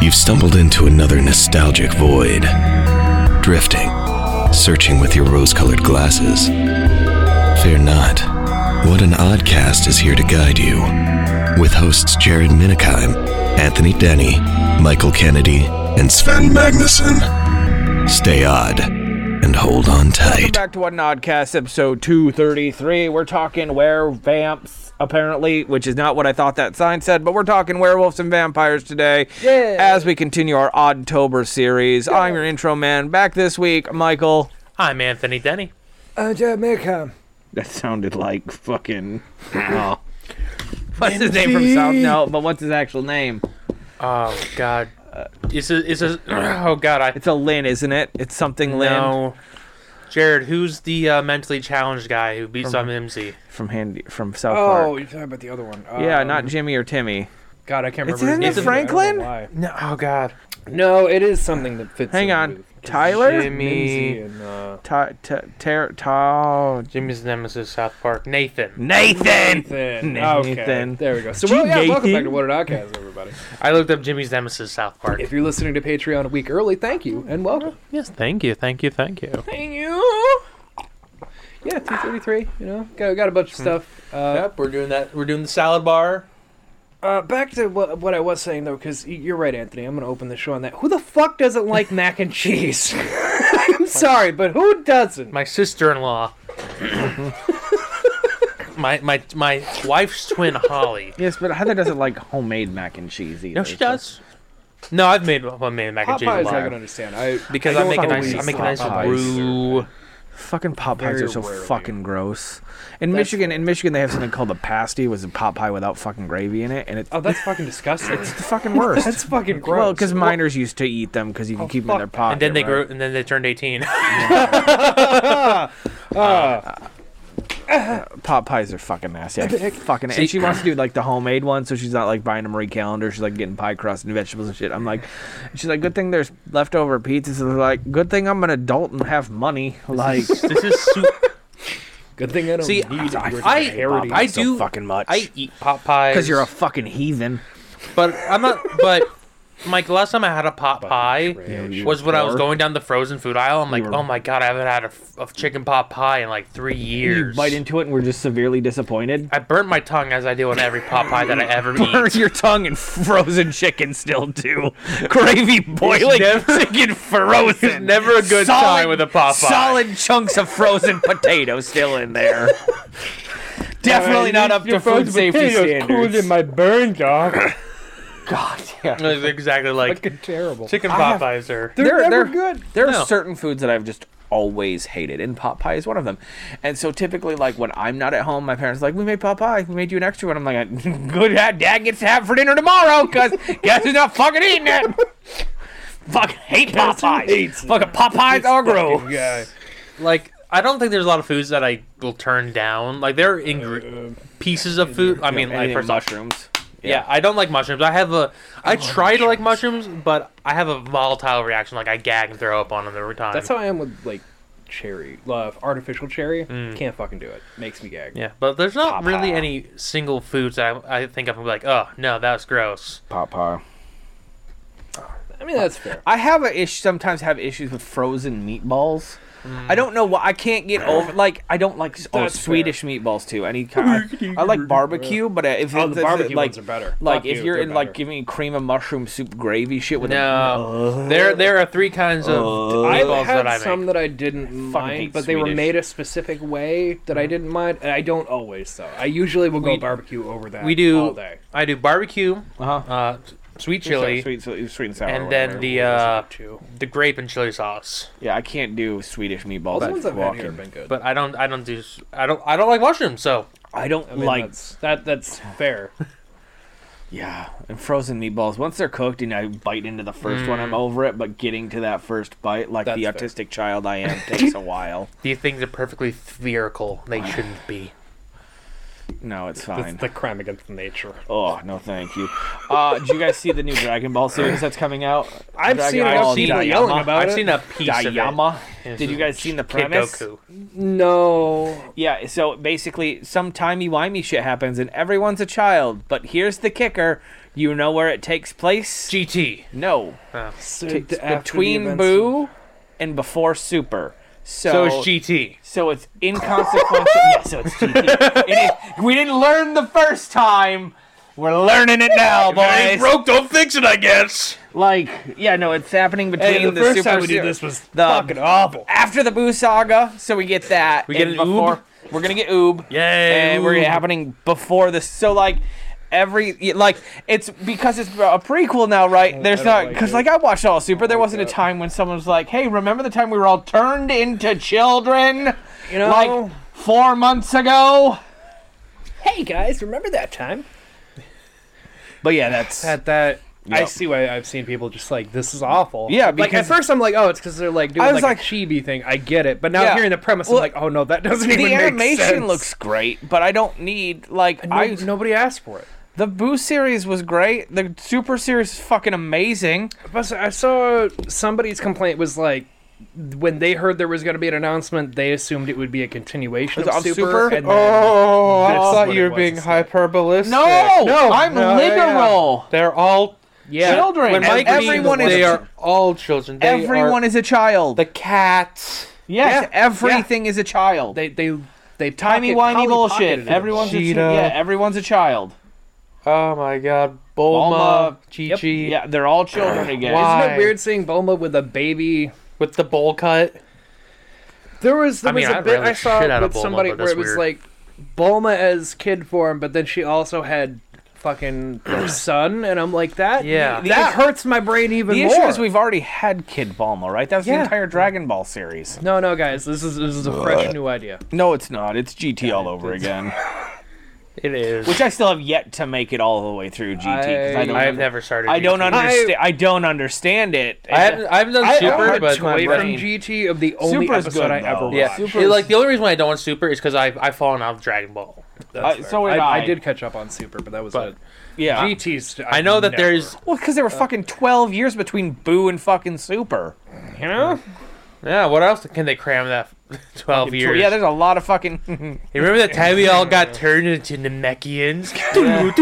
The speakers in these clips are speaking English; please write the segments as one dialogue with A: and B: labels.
A: You've stumbled into another nostalgic void. Drifting, searching with your rose colored glasses. Fear not. What an Odd Cast is here to guide you. With hosts Jared Minikheim, Anthony Denny, Michael Kennedy, and Sven Magnuson. Stay odd and hold on
B: Welcome
A: tight.
B: back to What an Oddcast, episode 233. We're talking werevamps, apparently, which is not what I thought that sign said, but we're talking werewolves and vampires today
C: Yeah.
B: as we continue our Oddtober series. I'm your intro man. Back this week, Michael.
D: I'm Anthony Denny.
C: Uh, Jared Minicom.
E: That sounded like fucking.
B: What's his name from South? No, but what's his actual name?
D: Oh God, is it is it? Oh God, I
B: It's a Lynn, isn't it? It's something Lynn.
D: no. Jared, who's the uh, mentally challenged guy who beats on MC?
B: From Handy, from South
C: Oh,
B: Park.
C: you're talking about the other one.
D: Oh,
B: Yeah,
C: Um,
B: not Jimmy or Timmy.
C: God, I can't
B: It's
C: remember.
B: in
C: his
B: the
C: name. I don't know
B: Franklin?
C: why.
D: No, oh God,
C: No, it is something that fits.
B: Hang
C: in
B: on.
C: with
B: Tyler?
C: Lindsay
D: Jimmy.
C: and, uh,
B: Ta- ta- ter- ta-
D: Jimmy's nemesis, South Park. Nathan.
B: Nathan!
C: Nathan.
B: Nathan.
C: Okay, there we go. So, well, yeah, welcome back
B: Nathan.
C: to What an Outcast, everybody.
D: I looked up Jimmy's nemesis, South Park.
C: If you're listening to Patreon a week early, thank you and welcome.
D: Yes, thank you, thank you, thank you.
C: Thank you. Yeah, 233. You know, got, got a bunch of
B: Hmm.
C: stuff. Uh,
D: Yep, we're doing that. We're doing the salad bar.
C: uh, back to what, what I was saying though, because you're right, Anthony. I'm gonna open the show on that. Who the fuck doesn't like mac and cheese? I'm sorry, but who doesn't?
D: My sister-in-law. my my my wife's twin, Holly.
B: Yes, but Heather doesn't like homemade mac and cheese either.
D: No, she
B: so-
D: does. No, I've made I've made mac and cheese a
C: Popeye's not
D: lot.
C: gonna understand. I
D: Because
C: I
D: I make a
C: don't
D: nice, I
C: always
D: make a nice
B: like Popeyes.
D: brew.
B: Fucking pot pies
C: Very
B: are so
C: rarely.
B: fucking gross. In Michigan, in Michigan, they have something called a pasty, which is a pot pie without fucking gravy in it, and it's
C: Oh, that's fucking disgusting.
B: the fucking worst.
C: that's fucking gross.
B: Well, because miners used to eat them because you can keep them in their
C: fuck.
B: pot.
D: and then they grew, and then they turned 18.
B: Pot pies are fucking nasty. I fucking. and she wants to do like the homemade one, so she's not like buying a Marie Calendar. She's like getting pie crust and vegetables and shit. I'm like, she's like, good thing there's leftover pizzas. And they're like, good thing I'm an adult and have money. Like,
D: this is su-
C: good thing I don't
D: see,
C: need your
D: I,
C: charity.
D: I
B: so
D: do
B: fucking much.
D: I eat pot pies
B: because you're a fucking heathen.
D: but I'm not. But Mike, last time I had a pot pie
C: trash.
D: was when I was
B: whore.
D: going down the frozen food aisle. I'm like,
B: were-
D: oh my god, I haven't had a, f- a chicken pot pie in like three
B: You
D: years.
B: bite into it and we're just severely disappointed.
D: I burnt my tongue as I do on every pot pie that I ever
B: burn
D: eat.
B: your tongue in frozen chicken still too. Gravy boiling chicken frozen.
D: it's never a good time with a Popeye.
B: Solid chunks of frozen potato still in there. Definitely not up to food safety standards.
C: my burn, dog. God damn.
D: It's exactly like
C: Fucking terrible.
D: chicken pot pies are.
C: They're,
B: They're-
C: never
B: they're-
C: good.
B: there are
D: No.
B: certain foods that I've just always hated, and pot pie is one of them. And so typically, like when I'm not at home, my parents are like, "We made pot pie. We made you an extra one." I'm like, "Good, dad Dad gets to have it for dinner tomorrow, cause guess who's not fucking eating it." Fucking hate pot pies. Fucking pot pies are gross.
C: Yeah.
D: like I don't think there's a lot of foods that I will turn down. Like there are ingre- pieces of food. I mean, like
B: Anything with
D: first off,
B: mushrooms.
D: yeah. I don't like mushrooms. I have a I
C: Oh,
D: try to like mushrooms, but I have a volatile reaction. Like I gag and throw up on them every time.
C: That's how I am with like cherry, love artificial cherry. Can't fucking do it. Makes me gag.
D: yeah, but there's not really any single foods that I, I think I'm like, oh no, that's gross.
B: Pot pie.
C: I mean that's fair.
B: I have a ish. Sometimes have issues with frozen meatballs.
D: Mm.
B: I don't know why I can't get over. Like I don't like s- oh,
C: That's
B: Swedish meatballs too. Any kind. I like barbecue, but if
C: Oh,
B: it's,
C: the
B: it's,
C: barbecue
B: like,
C: ones are better.
B: Like
C: Fuck
B: if
C: you,
B: you're
C: they're
B: in like
C: better.
B: giving me cream and mushroom soup gravy shit with
D: No, there there are three kinds of
C: I
D: meatballs
C: had
D: that I make.
C: some that I didn't mind,
B: hate
C: but they were
B: Swedish.
C: made a specific way that I didn't mind. And I don't always though. I usually will go
D: We-
C: barbecue over that.
D: we do.
C: all day.
D: I do barbecue,
B: a uh-huh.
D: uh, sweet chili,
B: sweet, sweet, sweet and sour.
D: and
B: or
D: then
B: whatever.
D: the uh,
C: Too.
D: the grape and chili sauce.
B: yeah, I can't do Swedish meatballs.
C: All the
B: That's
C: ones I've had here
B: walking.
C: have been good.
D: But I don't. I don't do. s- I don't. I don't like mushrooms. So
B: I don't
C: I mean,
B: like
C: that's, that. That's fair.
B: Yeah, and frozen meatballs. Once they're cooked and I bite into the first one,
D: Mm.
B: I'm over it. But getting to that first bite, like the
C: That's
B: autistic child I am, takes a while.
D: these things are perfectly spherical. They shouldn't be.
B: No, it's
C: That's
B: fine.
C: the crime against nature.
B: Oh no, thank you. Uh, did you guys see the new Dragon Ball series that's coming out?
C: I've
B: Dragon
C: seen it, I've
B: Ball
C: seen people
B: Daima.
C: yelling about
D: I've
C: it.
D: seen a piece of
B: Daiyama.
D: it.
B: Did you guys see the
D: Kid
B: premise?
D: Goku.
C: No.
B: Yeah, so basically, some timey wimey shit happens, and everyone's a child. But here's the kicker: You know where it takes place?
D: GT.
B: no.
D: Oh.
C: So
B: It's
C: after the
B: between
C: events-
B: Boo and before Super. So,
D: So it's GT.
B: So it's inconsequential. yeah, so it's GT. It is, we didn't learn the first time. We're learning it now, boys.
D: don't fix it, I guess.
B: Like, yeah, no, it's happening between
C: Hey, the,
B: the,
C: first
B: Super
C: time we did
B: Ser-
C: this was
B: the-
C: fucking awful.
B: after the Boo saga, so we get that.
D: We get
B: and
D: an
B: before,
D: oob?
B: We're gonna get oob.
D: Yay,
B: And we're
D: oob.
B: happening before this. So like every like it's because it's a prequel now, right? There's
C: I don't
B: not
C: like
B: because
C: it.
B: like, Oh, I watched all of Super. there wasn't
C: that.
B: a time when someone was like, "Hey, remember the time we were all turned into children?"
C: You know,
B: Like four months ago.
C: hey guys, remember that time?
B: But yeah, that's
C: At that. I
B: Yep.
C: see why I've seen people just like this is awful.
B: Yeah,
C: like at
B: because-
C: first I'm like, oh, it's because they're like doing
B: I was
C: like, a chibi thing. I get it, but now
B: Yeah.
C: hearing the premise,
B: Well,
C: I'm like, oh no, that doesn't even
B: the
C: make
B: animation
C: sense.
B: looks great, but I don't need like
C: No,
B: I
C: nobody asked for it.
B: the Boo series was great. The Super series is fucking amazing.
C: Plus, I saw somebody's complaint was like when they heard there was going to be an announcement, they assumed it would be a continuation of
B: Of
C: Super.
B: Super?
C: And then,
F: Oh, I
C: That's
F: thought
C: what
F: you
C: it
F: were
C: was
F: being
C: instead.
F: hyperbolistic.
B: No, I'm
F: no, yeah, yeah.
B: literal.
F: They're all
C: yeah,
B: Children.
D: When
B: And
D: Mike
B: everyone
D: everyone
B: is
D: they
B: a-
D: are all children. They
B: Everyone
D: are
B: is a child.
F: the cats.
B: yes,
C: yeah,
B: everything is a child.
C: they they they
B: Tiny
C: pocket-
B: whiny
C: Polly
B: bullshit.
C: pocketed it.
B: Everyone's a,
F: Cheetah.
B: yeah, everyone's a child.
F: Oh my god, Bulma,
B: Bulma.
C: Yep.
F: Chi Chi
B: Yeah, they're all children again.
F: Why?
C: Isn't it weird seeing Bulma with a baby?
F: with the bowl cut.
C: There was there
D: I mean,
C: was a
D: I'd
C: bit
D: rather
C: I saw
D: shit out of
C: with
D: Bulma,
C: somebody
D: but
C: where
D: that's
C: it was
D: weird.
C: like Bulma as kid form, but then she also had fucking their son, and I'm like that.
D: Yeah.
C: that hurts my brain even
B: The
C: more.
B: issue is we've already had Kid Balma, right? That was the
C: Yeah.
B: entire Dragon Ball series.
C: no, no, guys, this is this is a fresh new idea.
B: No, it's not. It's GT all over again.
D: It is.
B: Which I still have yet to make it all the way through GT. 'cause I,
C: I-
B: don't,
D: I have never started.
B: I don't
D: GT.
B: understand. I, don't understand it.
D: I haven't. I haven't done
B: I- I
D: Super,
B: heard
D: but
B: my
C: Away from
B: brain.
C: GT of the only
B: Super's
C: episode
B: good,
C: I ever
B: though.
C: watched.
D: yeah,
B: Super
D: It-
B: is-
D: like the only reason why I don't want Super is because I I've fallen out of Dragon Ball.
B: I- so did I.
C: I did catch up on Super, but that was
D: But-
C: it.
B: Yeah.
C: GT's.
D: I know that there's
B: Well, because there were fucking 12 years between Boo and fucking Super.
C: you know.
D: yeah. What else can they cram that twelve years?
B: Yeah, there's a lot of fucking.
D: You remember that time we all got turned into Namekians?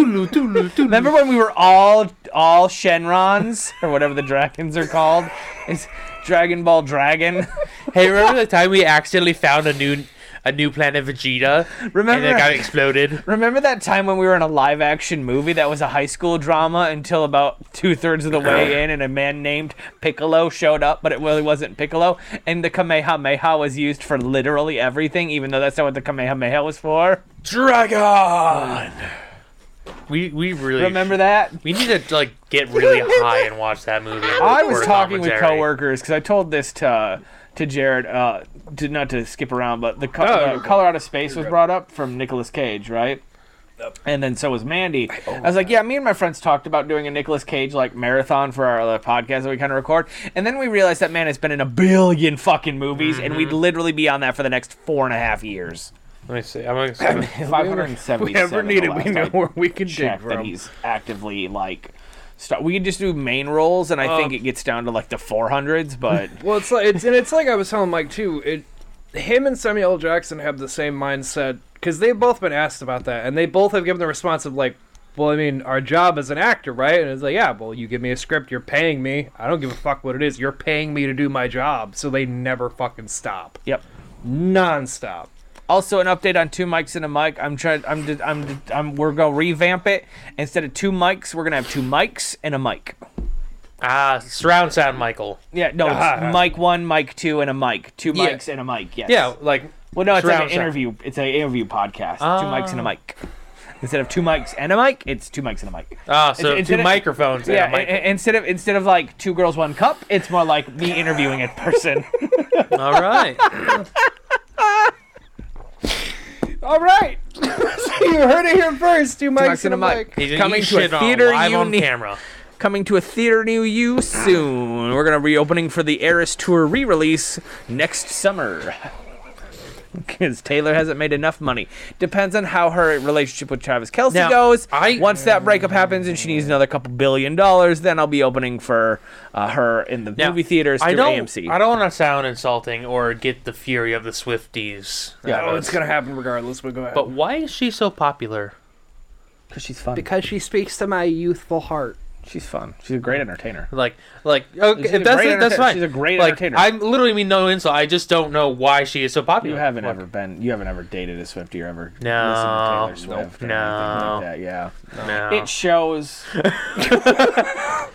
B: Remember when we were all all Shenrons or whatever the dragons are called? It's Dragon Ball Dragon.
D: hey, remember the time we accidentally found a new a new planet Vegeta? and
B: Remember-
D: it got exploded.
B: Remember that time when we were in a live action movie that was a high school drama until about two thirds of the way in, and a man named Piccolo showed up, but it really wasn't Piccolo, and the Kamehameha was used for literally everything, even though that's not what the Kamehameha was for.
D: Dragon. We we really
B: Remember that?
D: We need to like get really high and watch that movie. and
B: I was
D: record
B: talking with
D: commentary.
B: coworkers because I told this to to Jared, uh, to, not to skip around, but the co- uh,
C: you're good.
B: Color Out of Space was brought up from Nicolas Cage, right? And then so was Mandy. I was like, yeah, me and my friends talked about doing a Nicolas Cage like marathon for our uh, podcast that we kind of record. And then we realized that man has been in a billion fucking movies, and we'd literally be on that for the next four and a half years.
D: Let me see. I'm gonna.
B: Five hundred and seventy.
C: We ever needed, we know where we can dig
B: check that
C: from.
B: he's actively like. Start, we could just do main roles, and I
D: Um,
B: think it gets down to like the 400s, but
C: Well, it's like it's and it's like I was telling Mike too. It him and Samuel L. Jackson have the same mindset because they've both been asked about that, and they both have given the response of like, "Well, I mean, our job as an actor, right?" And it's like, "Yeah, well, you give me a script, you're paying me. I don't give a fuck what it is. You're paying me to do my job." So they never fucking stop,
B: yep.
C: nonstop.
B: Also, an update on two mics and a mic. I'm trying. I'm. di- I'm. di- I'm. We're gonna revamp it. Instead of two mics, we're gonna have two mics and a mic.
D: Ah, surround sound, Michael.
B: Yeah. No.
C: Ah.
B: It's mic one, mic two, and a mic. Two
D: Yeah.
B: mics and a mic. Yes.
D: Yeah, like
B: Well, no. It's like an
D: surround sound. Ah.
B: interview. It's an interview podcast. Two mics and a mic. Instead of two mics and a mic, it's two mics and a mic.
D: ah, so
B: It's- it's
D: two
B: in a-
D: microphones.
B: yeah.
D: Yeah,
B: i- i- instead of instead of like two girls one cup, it's more like me interviewing a person.
D: all right.
C: All right, you heard it here first. Two mics and a mic.
D: He's
B: Coming
D: coming
B: to a
D: shit on
B: theater
D: live on
B: uni-
D: camera.
B: coming to a theater near you soon. We're gonna be opening for the Eris tour re-release next summer. Because Taylor hasn't made enough money. Depends on how her relationship with Travis Kelsey
D: Now,
B: goes.
D: I-
B: Once that breakup happens and she needs another couple billion dollars, then I'll be opening for uh, her in the
D: Now,
B: movie theaters
D: I
B: through
D: don't.
B: AMC.
D: I don't want to sound insulting or get the fury of the Swifties.
B: Yeah.
C: Oh, it's gonna happen regardless. But go ahead.
D: But why is she so popular?
G: Because she's fun.
C: because she speaks to my youthful heart.
G: she's fun. She's a great entertainer.
D: Like, like, okay,
G: She's a
D: if that's
G: great
D: it, that's
G: entertainer.
D: fine.
G: She's a great
D: like,
G: entertainer.
D: I literally mean no insult. I just don't know why she is so
G: You
D: popular.
G: haven't ever been. You haven't ever dated a Swifty or ever
D: No.
G: listened to Taylor Swift or anything
D: No.
G: like that. Yeah.
D: No.
G: It shows.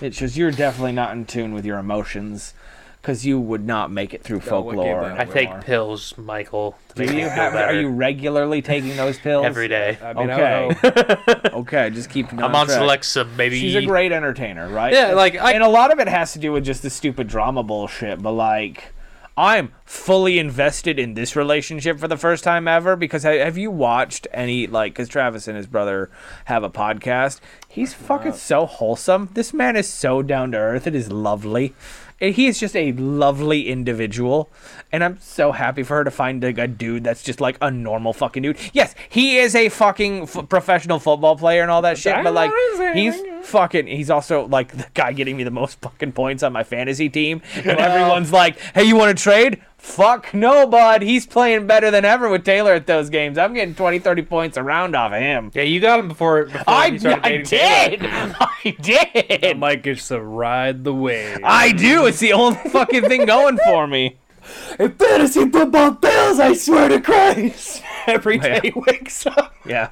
G: it shows you're definitely not in tune with your emotions, because you would not make it through
C: what gave
G: folklore.
C: that
D: I
C: away?
D: take pills, Michael. To make
G: Do
D: me
G: you
D: feel
G: have, are
D: better
G: you regularly taking those pills?
D: every day?
C: I mean, I
G: Okay.
C: don't know.
G: Okay, just keep.
D: I'm on
G: track.
D: Celexa, baby.
G: She's a great entertainer, right?
D: Yeah, like, I-
G: and a lot of it has to do with just the stupid drama bullshit. But like, I'm fully invested in this relationship for the first time ever because I, have you watched any like? Because Travis and his brother have a podcast. He's fucking so wholesome. This man is so down to earth. It is lovely. And he is just a lovely individual, and I'm so happy for her to find like a dude that's just like a normal fucking dude. Yes, he is a fucking f- professional football player and all that shit, but like he's fucking. He's also like the guy getting me the most fucking points on my fantasy team, and everyone's like, "Hey, you want to trade?" Fuck no, bud. He's playing better than ever with Taylor at those games. I'm getting 20, 30 points a round off of him.
D: yeah, you got him before. before
G: I,
D: you started
G: I
D: dating Taylor.
G: did. I did.
C: Mike gets to ride the wave.
G: I do. It's the only fucking thing going for me.
H: fantasy football pills, I swear to Christ.
G: Every
D: Yeah.
G: day.
H: He wakes up.
G: Yeah.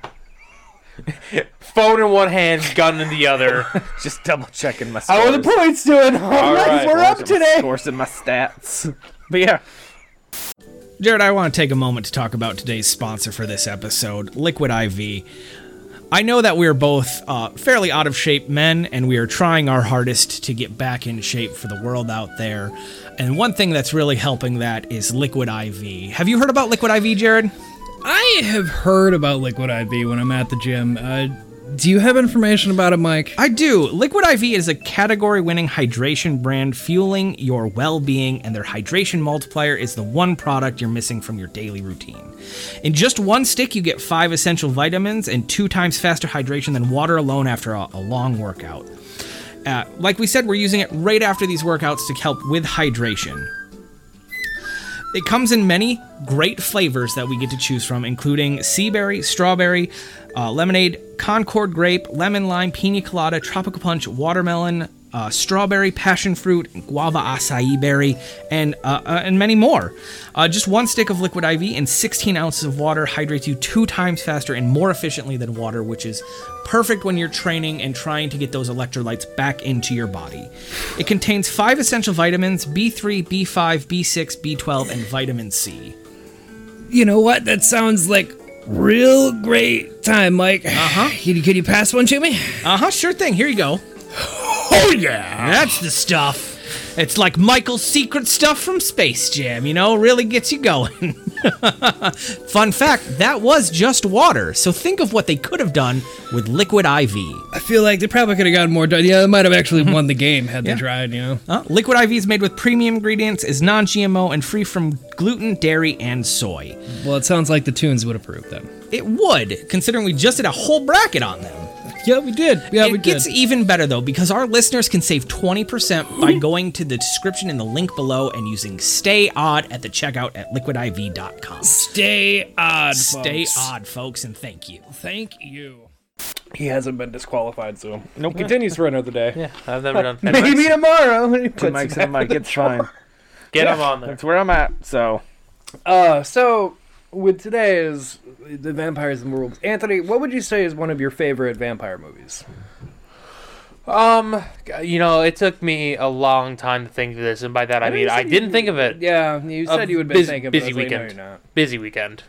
D: Phone in one hand, gun in the other.
G: Just double checking my scores.
H: How are the points doing? All, All right, we're up today.
G: Scores and my stats. But yeah.
B: Jared, I want to take a moment to talk about today's sponsor for this episode, Liquid IV. I know that we are both uh, fairly out of shape men, and we are trying our hardest to get back in shape for the world out there. And one thing that's really helping that is Liquid IV. Have you heard about Liquid IV, Jared?
I: I have heard about Liquid IV when I'm at the gym. Uh, do you have information about it, Mike?
B: I do. Liquid IV is a category winning hydration brand fueling your well being, and their hydration multiplier is the one product you're missing from your daily routine. In just one stick, you get five essential vitamins and two times faster hydration than water alone after a, a long workout. Uh, like we said, we're using it right after these workouts to help with hydration. It comes in many great flavors that we get to choose from, including sea berry, strawberry, uh, lemonade, Concord grape, lemon lime, pina colada, tropical punch, watermelon, uh, strawberry, passion fruit, guava acai berry, and uh, uh, and many more. Uh, just one stick of liquid IV and 16 ounces of water hydrates you two times faster and more efficiently than water, which is perfect when you're training and trying to get those electrolytes back into your body. It contains five essential vitamins B3, B5, B6, B12, and vitamin C.
I: You know what? That sounds like real great time, Mike. Uh huh. Could you, could you pass one to me?
B: Uh huh, sure thing. Here you go.
I: Oh yeah.
B: That's the stuff. It's like Michael's secret stuff from Space Jam, you know, really gets you going. Fun fact that was just water, so think of what they could have done with liquid IV.
I: I feel like they probably could have gotten more done. Yeah, they might have actually won the game had they tried. You know.
B: Uh, liquid IV is made with premium ingredients, is non GMO, and free from gluten, dairy, and soy.
I: Well, it sounds like the tunes would approve them.
B: It would, considering we just did a whole bracket on them.
I: Yeah, we did. Yeah,
B: it
I: we
B: gets
I: did.
B: even better though because our listeners can save 20%
I: Mm-hmm.
B: by going to the description in the link below and using stay odd at the checkout at liquidiv.com
I: Stay odd.
B: stay
I: folks.
B: odd folks and thank you
I: Thank you.
C: He hasn't been disqualified, so nope. Continues for another day.
D: Yeah, I've never done.
E: Maybe tomorrow.
G: Two mics and a mic. It's fine.
D: Get him on there.
G: That's where I'm at. So
C: Uh, so with today's the vampires and werewolves, Anthony, what would you say is one of your favorite vampire movies?
D: Um, you know, it took me a long time to think of this, and by that I, mean I didn't think of it.
C: Yeah, you
D: A
C: said you would been
D: bus-
C: thinking. but I
D: busy
C: was like, no,
D: weekend.
C: you're not.
D: Busy weekend.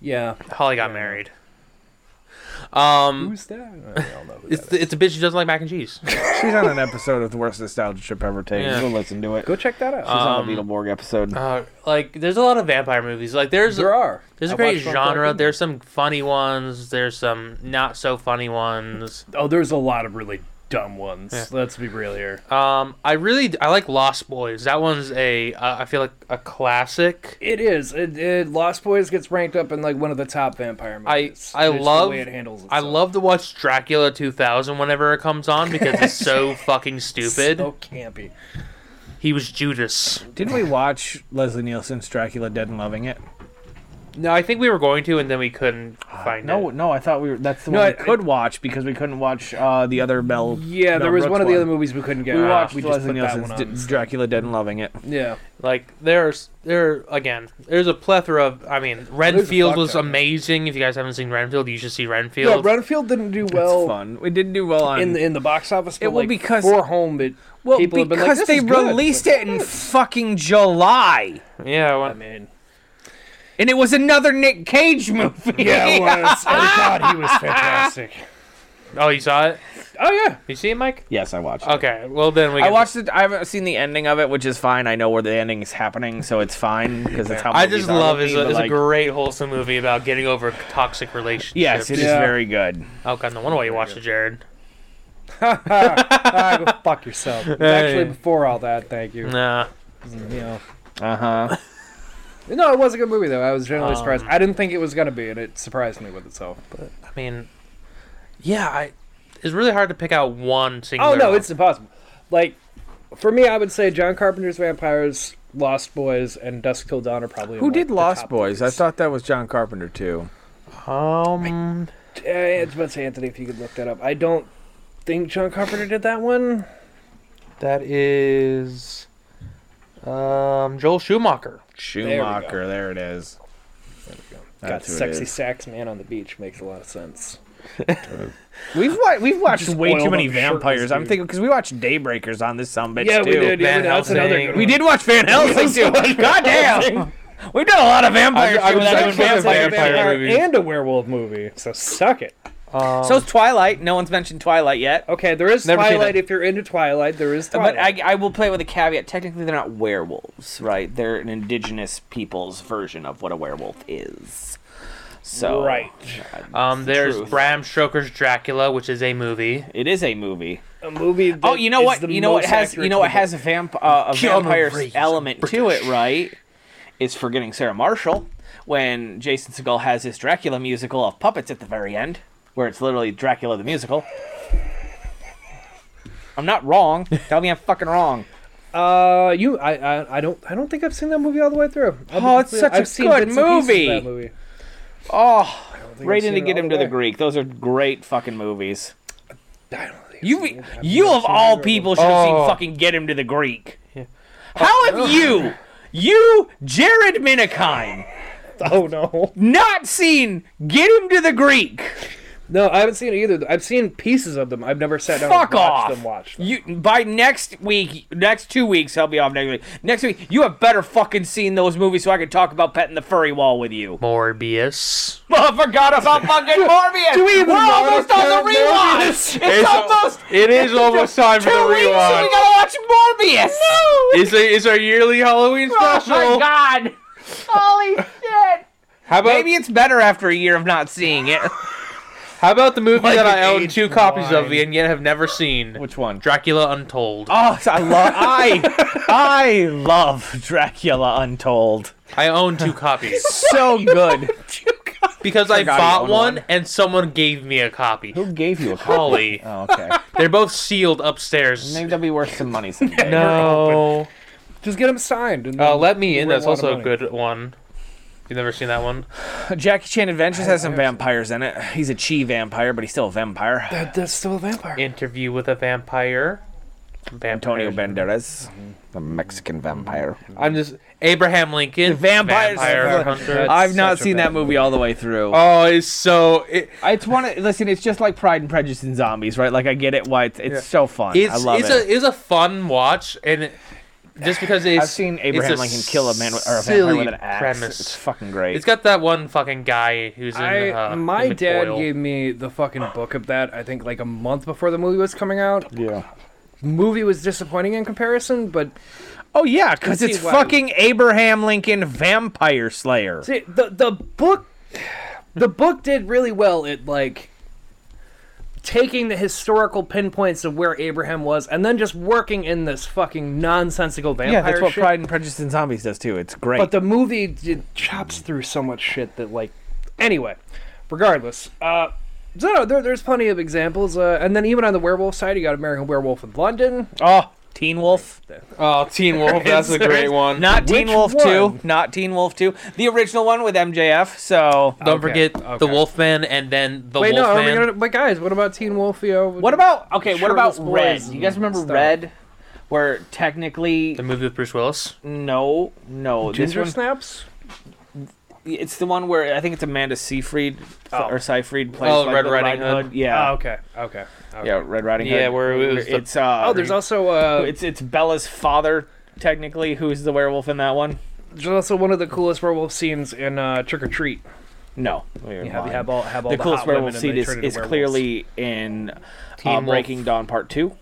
C: Yeah.
D: Holly got married. Um,
C: Who's that? I don't know. who
D: it's
C: that is.
D: it's a bitch who doesn't like mac and cheese.
G: she's on an episode of the worst nostalgia trip ever taken.
D: Yeah.
G: Go listen to it.
C: Go check that out.
G: She's on the Beetleborg episode.
D: Uh, like there's a lot of vampire movies. Like there's
C: there are.
D: there's a
C: I
D: great
C: watched one
D: genre.
C: fucking-
D: There's some funny ones. There's some not so funny ones.
C: Oh, there's a lot of really dumb ones. Let's be real here.
D: Um, I really I like Lost Boys. That one's a uh, I feel like a classic.
C: It is. It, it, Lost Boys gets ranked up in like one of the top vampire
D: I
C: movies.
D: I
C: It's the
D: love
C: way it handles
D: I
C: itself.
D: love to watch Dracula 2000 whenever it comes on because it's so fucking stupid.
C: So campy.
D: He was Judas.
G: Didn't we watch Leslie Nielsen's Dracula Dead and Loving It?
D: No, I think we were going to, and then we couldn't find
G: No,
D: it.
G: no, I thought we were. That's the
C: No,
G: one we
C: I-
G: could watch because we couldn't watch uh, the other Bell.
C: Yeah,
G: Mel
C: there was
G: Brooks
C: one of the other movies we couldn't get.
G: We
C: Ah,
G: watched
C: we just
G: Leslie
C: put that
G: Nielsen's
C: one
G: D-
C: on.
G: Dracula Dead and Loving It.
C: Yeah.
D: Like there's there again. There's a plethora of. I mean,
C: fuck
D: Renfield was
C: ton.
D: amazing. If you guys haven't seen Renfield, you should see
C: No,
D: Renfield.
C: Renfield didn't do well
G: it's fun. We didn't do well on
C: in the in the box office. But
G: It- well,
C: like,
G: because-
C: for home, it
G: well
C: people have been like,
G: because
C: "This
G: they
C: is good,"
G: released
C: but-
G: it in fucking July,
D: yeah, well,
C: I mean,
G: and it was another Nick Cage movie.
C: yeah, it was. and God, he was fantastic.
D: oh, you saw it?
C: Oh yeah,
D: You see it, Mike?
E: Yes, I watched. it.
D: Okay, well then we.
G: I
D: can-
G: watched it. I haven't seen the ending of it, which is fine. I know where the ending is happening, so it's fine because that's how.
D: I
G: movies
D: just
G: are
D: love
G: with
D: it's
G: me,
D: a,
G: but,
D: it's
G: like,
D: a great wholesome movie about getting over toxic relationships.
G: Yes, it is
C: Yeah.
G: very good.
D: Oh god, no wonder why you watched it, Jared.
C: ah, go fuck yourself. It was actually before all that. Thank you.
D: Nah.
C: You know,
G: Uh huh.
C: no, it was a good movie though. I was generally surprised.
D: Um,
C: I didn't think it was gonna be, and it surprised me with itself. But
D: I mean, yeah, I, it's really hard to pick out one single.
C: oh no, it's impossible. Like for me, I would say John Carpenter's Vampires, Lost Boys, and Dusk Till Dawn are probably
G: Who
C: in, like,
G: did
C: the
G: Lost
C: top
G: Boys? I
C: movies.
G: thought that was John Carpenter too.
D: um.
C: Uh, it's about to say Anthony if you could look that up. I don't think John Carpenter did that one.
D: That is, um, Joel Schumacher.
G: Schumacher, there, it is.
C: Got
G: That's who it
C: sexy
G: is.
C: sax man on the beach makes a lot of sense.
G: We've wa- we've watched
C: Just
G: way
C: oiled
G: too many
C: up shirtless
G: vampires. I'm
C: dude.
G: thinking because we watched Daybreakers on this some bitch
C: yeah,
G: too.
C: we did. Yeah,
D: Van
C: we did. that's another
D: Helsing.
C: good
G: We
C: one.
G: did watch Van Helsing too. God damn. We've done a lot of vampires.
D: I was
C: That's
D: That's
C: actually a
D: vampire
C: vampire
D: movie.
C: and a werewolf movie. So suck it.
D: Um,
G: so's Twilight. No one's mentioned Twilight yet.
C: Okay, there is
D: Never seen
C: Twilight.
D: it.
C: If you're into Twilight, there is Twilight.
G: But I, I will play with a caveat. Technically, they're not werewolves, right? They're an indigenous people's version of what a werewolf is. So
C: right.
D: um, there's
G: Truth.
D: Bram Stoker's Dracula, which is a movie.
G: it is a movie.
C: A movie. That
G: Oh, you know
C: is
G: what?
C: the
G: You know what
C: most
G: has
C: accurate
G: you know what
C: to the
G: has a vamp uh, a
D: Keanu
G: vampire
D: Reeves,
G: element to it,
D: British.
G: right? Is forgetting Sarah Marshall when Jason Segel has his Dracula musical of puppets at the very end, where it's literally Dracula the musical. I'm not wrong. Tell me I'm fucking wrong.
C: book. Uh, you. I, I. I don't. I don't think I've seen that movie all the way through. I'll be
G: Oh, it's
C: completely-
G: such a
C: I've seen
G: good
C: bits and pieces of that
G: movie.
C: movie.
G: Oh,
C: think I've
G: right in to
C: seen it
G: get
C: all the
G: him to the
C: way.
G: Greek. Those are great fucking movies.
C: I don't think I've seen
G: You
C: it. I've
G: you
C: never
G: of
C: seen
G: all
C: either of
G: people should have
D: Oh.
G: seen fucking get him to the Greek. How
C: Oh,
G: have you you Jared Minikine
C: them. Oh no.
G: not seen Get Him to the Greek.
C: No, I haven't seen it either. I've seen pieces of them. I've never sat down
G: Fuck
C: and watched
G: off.
C: them watch them.
G: You by next week, next two weeks, I'll be off next week. Next week, you have better fucking seen those movies so I can talk about petting the furry wall with you.
D: Morbius.
G: Well, I forgot about fucking Morbius.
C: do we even
G: We're
C: know
G: almost on the
C: about
G: rewatch. It's,
C: Morbius?
G: almost
D: It is almost time
G: two weeks. and We gotta watch Morbius.
D: It's, a, it's our yearly Halloween
G: Oh
D: special.
G: my god! Holy shit!
D: How about
G: Maybe it's better after a year of not seeing it.
D: how about the movie that I
C: an
D: own
C: aged
D: two copies of
C: wine.
D: and yet have never seen?
G: Which one?
D: Dracula Untold.
G: Oh, I love I I love Dracula Untold.
D: I own two copies
G: So good.
D: because I
G: Forgot you
D: bought
G: own
D: one,
G: one.
D: and someone gave me a copy.
G: Who gave you a call?
D: Holly.
G: Oh, okay.
D: They're both sealed upstairs.
G: Maybe that'll be worth some money someday.
D: No.
C: Just get them signed. And
D: Uh,
C: then
D: Let Me
C: you
D: In.
C: win
D: That's
C: a lot of
D: also a
C: money.
D: good one. You've never seen that one?
G: Jackie Chan Adventures has some vampires in it. He's a chi vampire, but he's still a vampire.
C: That, that's still a vampire.
D: Interview with a Vampire. Vampire.
G: Antonio Banderas, Mm-hmm. the Mexican vampire.
D: I'm just Abraham Lincoln.
G: Vampires.
D: Vampire Hunter.
C: Uh,
G: I've not
C: such a
G: seen
C: bad
G: that movie all the way through.
D: Oh, it's so. It,
G: It's one. Of, listen, it's just like Pride and Prejudice and zombies, right? Like I get it. Why it's, it's so fun.
D: it's
G: I love
D: it's
G: it.
D: a it's a fun watch, and it, just because it's
G: I've seen Abraham
D: it's a
G: Lincoln kill a man with, or a vampire
D: silly
G: with an axe.
D: premise.
G: It's fucking great.
D: It's got that one fucking guy who's in.
C: I,
D: uh,
C: my
D: in
C: dad
D: McCoyle.
C: gave me the fucking book of that. I think like a month before the movie was coming out.
G: yeah.
C: Movie was disappointing in comparison, but
G: Oh yeah, because
C: see
G: it's
C: why-
G: fucking Abraham Lincoln Vampire Slayer.
C: see, the the book the book did really well at like taking the historical pinpoints of where Abraham was, and then just working in this fucking nonsensical vampire.
G: Yeah, that's what
C: shit.
G: Pride and Prejudice and Zombies does too. It's great.
C: But the movie did, chops through so much shit that, like, anyway, regardless. Uh, so no, there, there's plenty of examples, uh, and then even on the werewolf side, you got American Werewolf in London.
G: oh, Teen Wolf.
J: Oh, Teen Wolf, that's a great one.
G: Not Teen
C: Which
G: Wolf
C: one?
G: 2. Not Teen Wolf 2. The original one with MJF. So.
D: Don't
C: Okay,
D: forget
C: okay.
D: the Wolfman and then the
C: Wait, no, are we
D: Wolfman.
C: gonna, but guys, what about Teen Wolfio?
G: What about. Okay, what about
C: Shirtless boys
G: Red? You guys
C: and
G: remember
C: stuff.
G: Red? Where technically.
D: the movie with Bruce Willis.
G: No, no. This
C: Ginger
G: one.
C: Snaps?
G: It's the one where I think it's Amanda Seyfried
C: Oh.
G: or Seyfried plays
D: Oh,
G: like
D: Red
G: Little
D: Riding
G: Riding Hood.
D: Hood.
G: Yeah.
C: Oh, okay, okay. okay.
G: Yeah, Red Riding Hood.
D: Yeah, where it was the-
G: it's uh
C: Oh, there's also uh,
G: it's it's Bella's father technically who's the werewolf in that one.
C: there's also one of the coolest werewolf scenes in uh, Trick or Treat.
G: No,
C: You have, you have all, have all
G: the
C: the,
G: coolest
C: hot women
G: werewolf
C: and
G: scene
C: they
G: is,
C: turn into
G: is
C: werewolves.
G: clearly in uh,
D: Teen
G: Breaking Dawn Part Two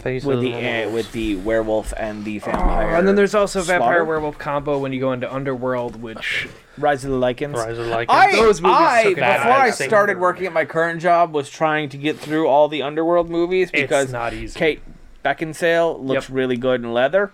D: Face
G: with
D: of
G: the
D: Wolf.
G: uh, with the werewolf and the
C: Oh,
G: vampire.
C: and then there's also vampire
G: Slaughter?
C: werewolf combo when you go into Underworld, which
G: Rise of the Lycans.
D: Rise of the Lycans.
G: I,
C: Those movies
G: I
C: suck
G: before
D: ass.
G: I
D: I think-
G: started working at my current job was trying to get through all the underworld movies because
C: it's not easy.
G: Kate Beckinsale looks
C: Yep.
G: really good in leather.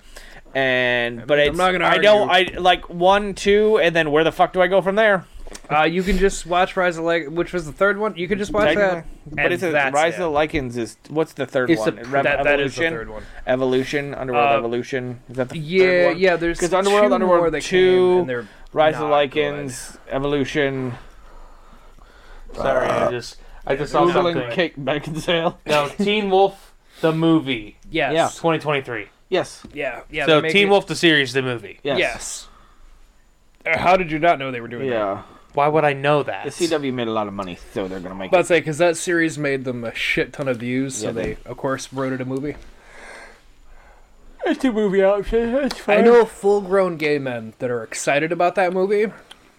G: And but
C: I'm
G: it's
C: not gonna
G: I know I like one, two, and then where the fuck do I go from there?
C: Uh, you can just watch Rise of Leg, which was the third one. You can just watch that.
G: Technically. But
C: and
G: it's a,
C: that's
G: Rise
C: it.
G: of the Lycans is what's the third
D: It's
G: one?
D: a-
G: Rev-
C: that, that is the
G: Evolution,
C: third one.
G: Evolution, Underworld
C: Uh,
G: Evolution. Is that the third
C: Yeah,
G: one?
C: yeah. There's
G: 'Cause Underworld,
C: two
G: Underworld
C: more that
G: two,
C: came, and they're
G: Rise of the
C: not good.
G: Lycans, Evolution.
D: Sorry, I just I just saw
G: Googling
D: something.
G: Kate Beckinsale.
D: No, Teen Wolf the movie.
G: Yeah.
C: Yes.
D: 2023.
G: Yes.
C: Yeah. Yeah.
D: so
C: they make
D: Teen
C: it-
D: Wolf the series, the movie.
G: Yes.
C: Yes. Uh, How did you not know they were doing that?
G: Yeah.
D: Why would I know that?
G: The CW made a lot of money, so they're gonna make
C: About to say because that series made them a shit ton of views, so
G: Yeah,
C: they,
G: they-
C: of course wrote it a movie.
G: it. two movie options.
C: I know full-grown gay men that are excited about that movie
G: Oh.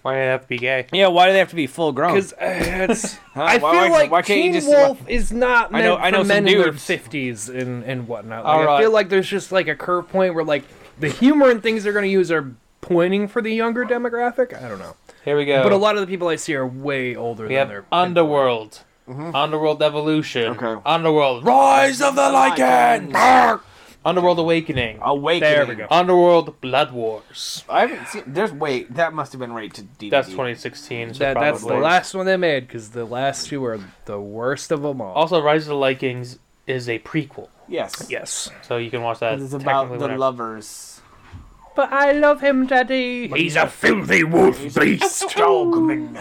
D: Why do they have to be gay?
G: Yeah, why do they have to be full grown?
C: because it's. I feel
G: why- why-
C: like
G: why can't you
C: Teen
G: just-
C: Wolf is not meant
G: I know- I know
C: for men
G: some
C: in their
G: dudes. Uh,
C: fifties and and whatnot. Like,
D: All
C: I feel
D: right.
C: like there's just like a curve point where like the humor and things they're going to use are pointing for the younger demographic. I don't know,
D: Here we go.
C: but a lot of the people I see are way older
D: we
C: than
D: have
C: their
D: Underworld. Underworld Evolution.
G: Mm-hmm. Okay.
D: Underworld Rise of the Lycans. Underworld Awakening.
G: Awakening.
C: There we go.
D: Underworld Blood Wars.
G: I haven't seen. There's wait. That must have been right to DVD.
D: That's 2016. So
C: That,
D: probably.
C: that's the last one they made because the last two are the worst of them
G: Oh,
C: all.
D: Also, Rise of the Lycans is a prequel,
G: Yes.
C: yes,
D: so you can watch that.
G: It's about
D: technically
G: the
D: whenever.
G: lovers.
C: but I love him, Daddy. He's a
E: filthy wolf beast.
G: Dogman.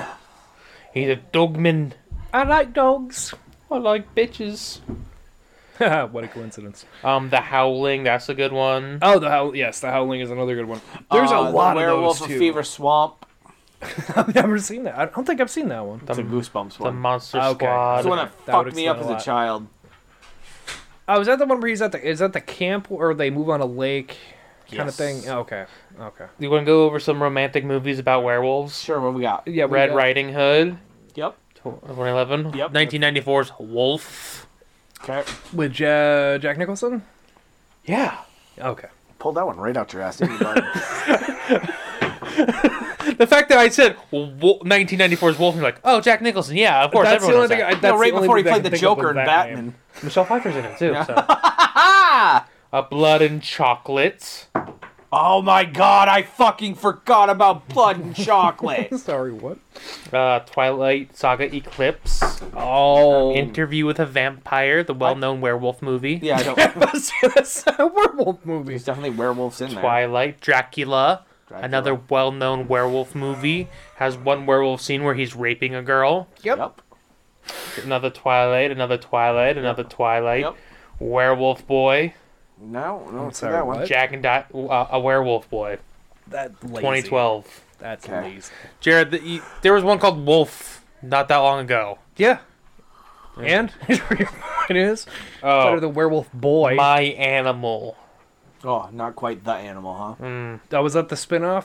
D: He's a dogman.
C: I like dogs.
D: I like bitches.
C: what a coincidence.
D: Um, The Howling. That's a good one.
C: Oh, the howl. Yes, the howling is another good one. There's a lot
G: Uh, the
C: of
G: werewolf
C: those too.
G: of Fever Swamp.
C: I've never seen that. I don't think I've seen that one.
G: It's a Goosebumps
D: The
G: one.
D: Monster
C: Okay.
D: Squad.
G: That's the one that,
C: that would
G: fucked me up
C: explain
G: as
C: a
G: a
C: lot.
G: child.
C: Oh, is that the one where he's at the is that the camp or they move on a lake kind of thing? Oh, okay, okay.
D: You want to go over some romantic movies about werewolves?
G: Sure, what we got?
C: Yeah, we
D: Red
C: got-
D: Riding Hood,
G: Yep.
D: 2011.
G: Yep.
D: 1994's Wolf.
G: Okay.
C: with uh, Jack Nicholson.
G: Yeah.
C: Okay.
G: Pulled that one right out your ass, didn't you, bud?
D: The fact that I said wo- 1994's Wolf, you're like, oh, Jack Nicholson. Yeah, of course.
C: that's the
D: everyone
C: only thing.
D: knows
C: I,
D: that.
C: that's
G: no,
C: the
G: right
C: only
G: before he
C: thing I
G: played
C: can
G: the
C: think of
G: Joker
C: with
G: in
C: that
G: Batman.
C: name.
D: Michelle Pfeiffer's in it too. So. A Blood and Chocolate.
G: Oh my god, I fucking forgot about blood and chocolate.
C: Sorry, what?
D: Uh, Twilight Saga Eclipse.
C: Oh,
D: Interview with a Vampire, the well-known werewolf movie.
G: yeah, I don't.
C: that's a werewolf movie.
G: There's definitely werewolves in there.
D: Twilight, Dracula,
G: Dracula.
D: another well-known werewolf movie, has one werewolf scene where he's raping a girl.
G: Yep.
D: Another Twilight, another Twilight, another Twilight.
G: Yep.
D: Werewolf Boy,
G: No, no, it's
C: sorry,
G: that one.
C: what?
D: Jack and Di- uh, a Werewolf Boy,
C: That lazy.
D: 2012.
C: That's
G: Okay.
C: lazy.
D: Jared, the, you, there was one called Wolf not that long ago.
C: Yeah. And your point is better
D: Oh,
C: the werewolf boy.
D: My Animal.
G: Oh, not quite the animal, huh?
C: That was that the spinoff.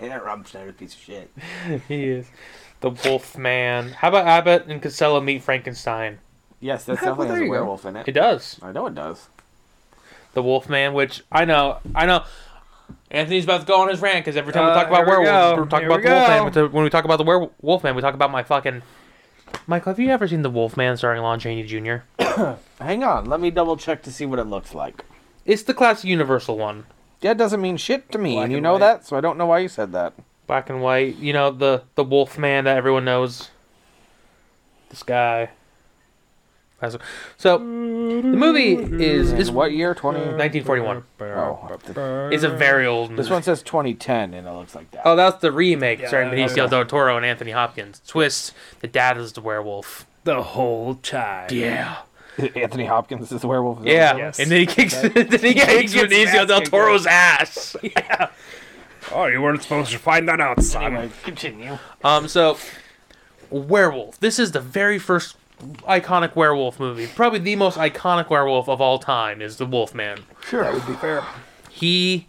G: Yeah, Rob Schneider's a piece of shit.
D: He is the Wolf Man. How about Abbott and Costello meet Frankenstein?
G: Yes, that
C: Well,
G: definitely
C: there
G: has
C: you
G: a
C: go.
G: werewolf in it.
D: It does.
G: I know it does.
D: the Wolfman, which I know, I know. Anthony's about to go on his rant because every time we
C: Uh,
D: talk about
C: here we
D: werewolves,
C: go.
D: we are talking
C: Here
D: about
C: we
D: the
C: go.
D: Wolfman. Which, uh, when we talk about the were- Wolfman, we talk about my fucking. Michael, have you ever seen the Wolfman starring Lon Chaney Jr.?
G: Hang on, let me double check to see what it looks like.
D: It's the classic Universal one,
G: That doesn't mean shit to me,
C: Black
G: and you
C: and
G: know
C: white.
G: that, so I don't know why you said that.
D: black and white. You know the the Wolfman that everyone knows. This guy. Pascal. So the movie is is
G: What year?
C: Uh,
G: 20?
D: 1941.
G: Oh,
D: It's a very old.
G: this
D: movie.
G: one says 2010, and it looks like that.
D: Oh, that's the remake starring
C: yeah,
D: Benicio del Toro and Anthony Hopkins. Twist: the dad is the werewolf.
C: The whole time.
D: Yeah,
G: Anthony Hopkins is the werewolf.
D: yeah.
C: Yes.
D: And then he kicks, then he kicks
C: gets
D: Benicio
C: ass
D: del
C: kicked.
D: Toro's ass.
C: Oh, you weren't supposed to find that out, son.
D: Um, so werewolf. This is the very first iconic werewolf movie. Probably the most iconic werewolf of all time is the Wolfman.
G: Sure, that would be fair.
D: He,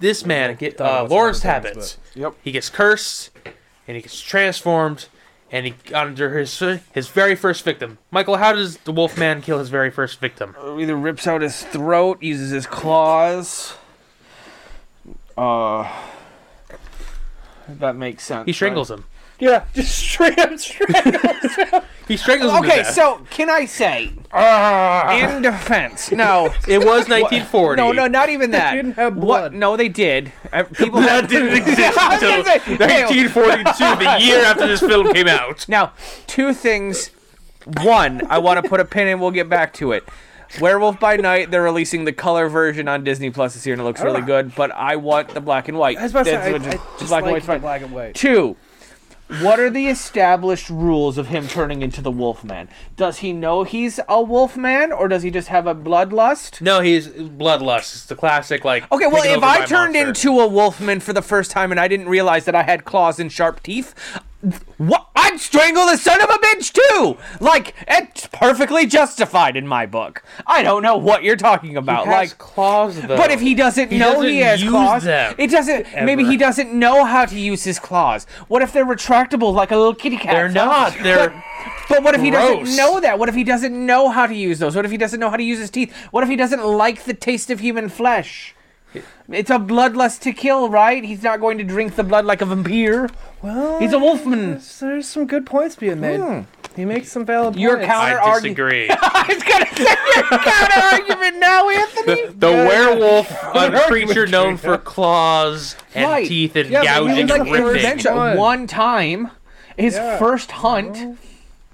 D: this man, get uh, Lawrence Habits.
G: Yep.
D: He gets cursed, and he gets transformed, and he under his his very first victim. Michael, how does the Wolfman kill his very first victim?
G: Either rips out his throat, uses his claws. Uh, that makes sense.
D: He strangles him.
G: Yeah, just straight up
D: He strangles him. to
G: Okay,
D: death.
G: so can I say,
C: Ah.
G: in defense, no,
D: it was 1940.
G: no, no, not even that.
C: didn't have blood.
G: What? No, they did. Uh, People
D: That didn't exist
G: I was
D: until
G: gonna say, hey, oh.
D: 1942, the year after this film came out.
G: Now, two things. One, I want to put a pin in. We'll get back to it. Werewolf by Night. They're releasing the color version on Disney Plus this year, and it looks really good. But I want the black and white.
C: Ah. I was about to
G: That's
C: say, I,
G: what-
C: I
G: the
C: just
G: black and
C: like
G: white's
C: the
G: fine.
C: black and white.
G: Two. What are the established rules of him turning into the Wolfman? Does he know he's a Wolfman, or does he just have a bloodlust?
D: No, he's bloodlust. It's the classic, like.
G: Okay, well,
D: taken
G: if
D: over by
G: I
D: a
G: turned
D: monster.
G: into a wolfman for the first time and I didn't realize that I had claws and sharp teeth, what? I'd strangle the son of a bitch too. Like it's perfectly justified in my book. I don't know what you're talking about.
D: He has
G: like
D: claws, though.
G: but if he doesn't
D: He
G: know he
D: doesn't
G: has
D: use
G: claws,
D: them
G: it doesn't. Maybe
D: ever.
G: he doesn't know how to use his claws. What if they're retractable like a little kitty cat?
D: They're not. They're.
G: But what if he
D: Gross.
G: doesn't know that? What if he doesn't know how to use those? What if he doesn't know how to use his teeth? What if he doesn't like the taste of human flesh? It's a bloodlust to kill, right? He's not going to drink the blood like a vampire.
C: Well,
G: He's a wolfman.
C: there's some good points being made. He makes some valid points.
G: Your counter
D: I
G: argument.
D: disagree.
G: I was gonna say your counter argument now, Anthony.
D: The werewolf, a creature known for claws and
G: Right.
D: teeth and
C: Yeah, but he
D: gouging
C: was
D: and
C: like a
D: ripping.
C: revenge-
G: Adventure.
C: One.
G: One time, his
C: Yeah.
G: first hunt.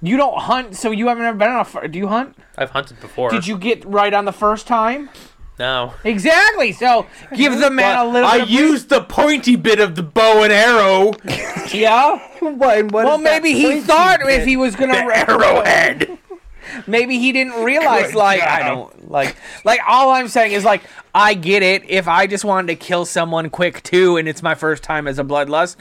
G: You don't hunt, so you haven't ever been on a. fir- Do you hunt?
D: I've hunted before.
G: Did you get right on the first time?
D: No.
G: Exactly. So give the man a little.
D: I
G: bit of
D: used the pointy bit of the bow and arrow.
G: Yeah.
C: What, and what
G: Well,
C: is that
G: maybe he
C: pointy
G: thought
C: bit?
G: if he was gonna
D: Arrowhead.
G: Maybe he didn't realize. Like I don't like like all I'm saying is like I get it. If I just wanted to kill someone quick too, and it's my first time as a bloodlust,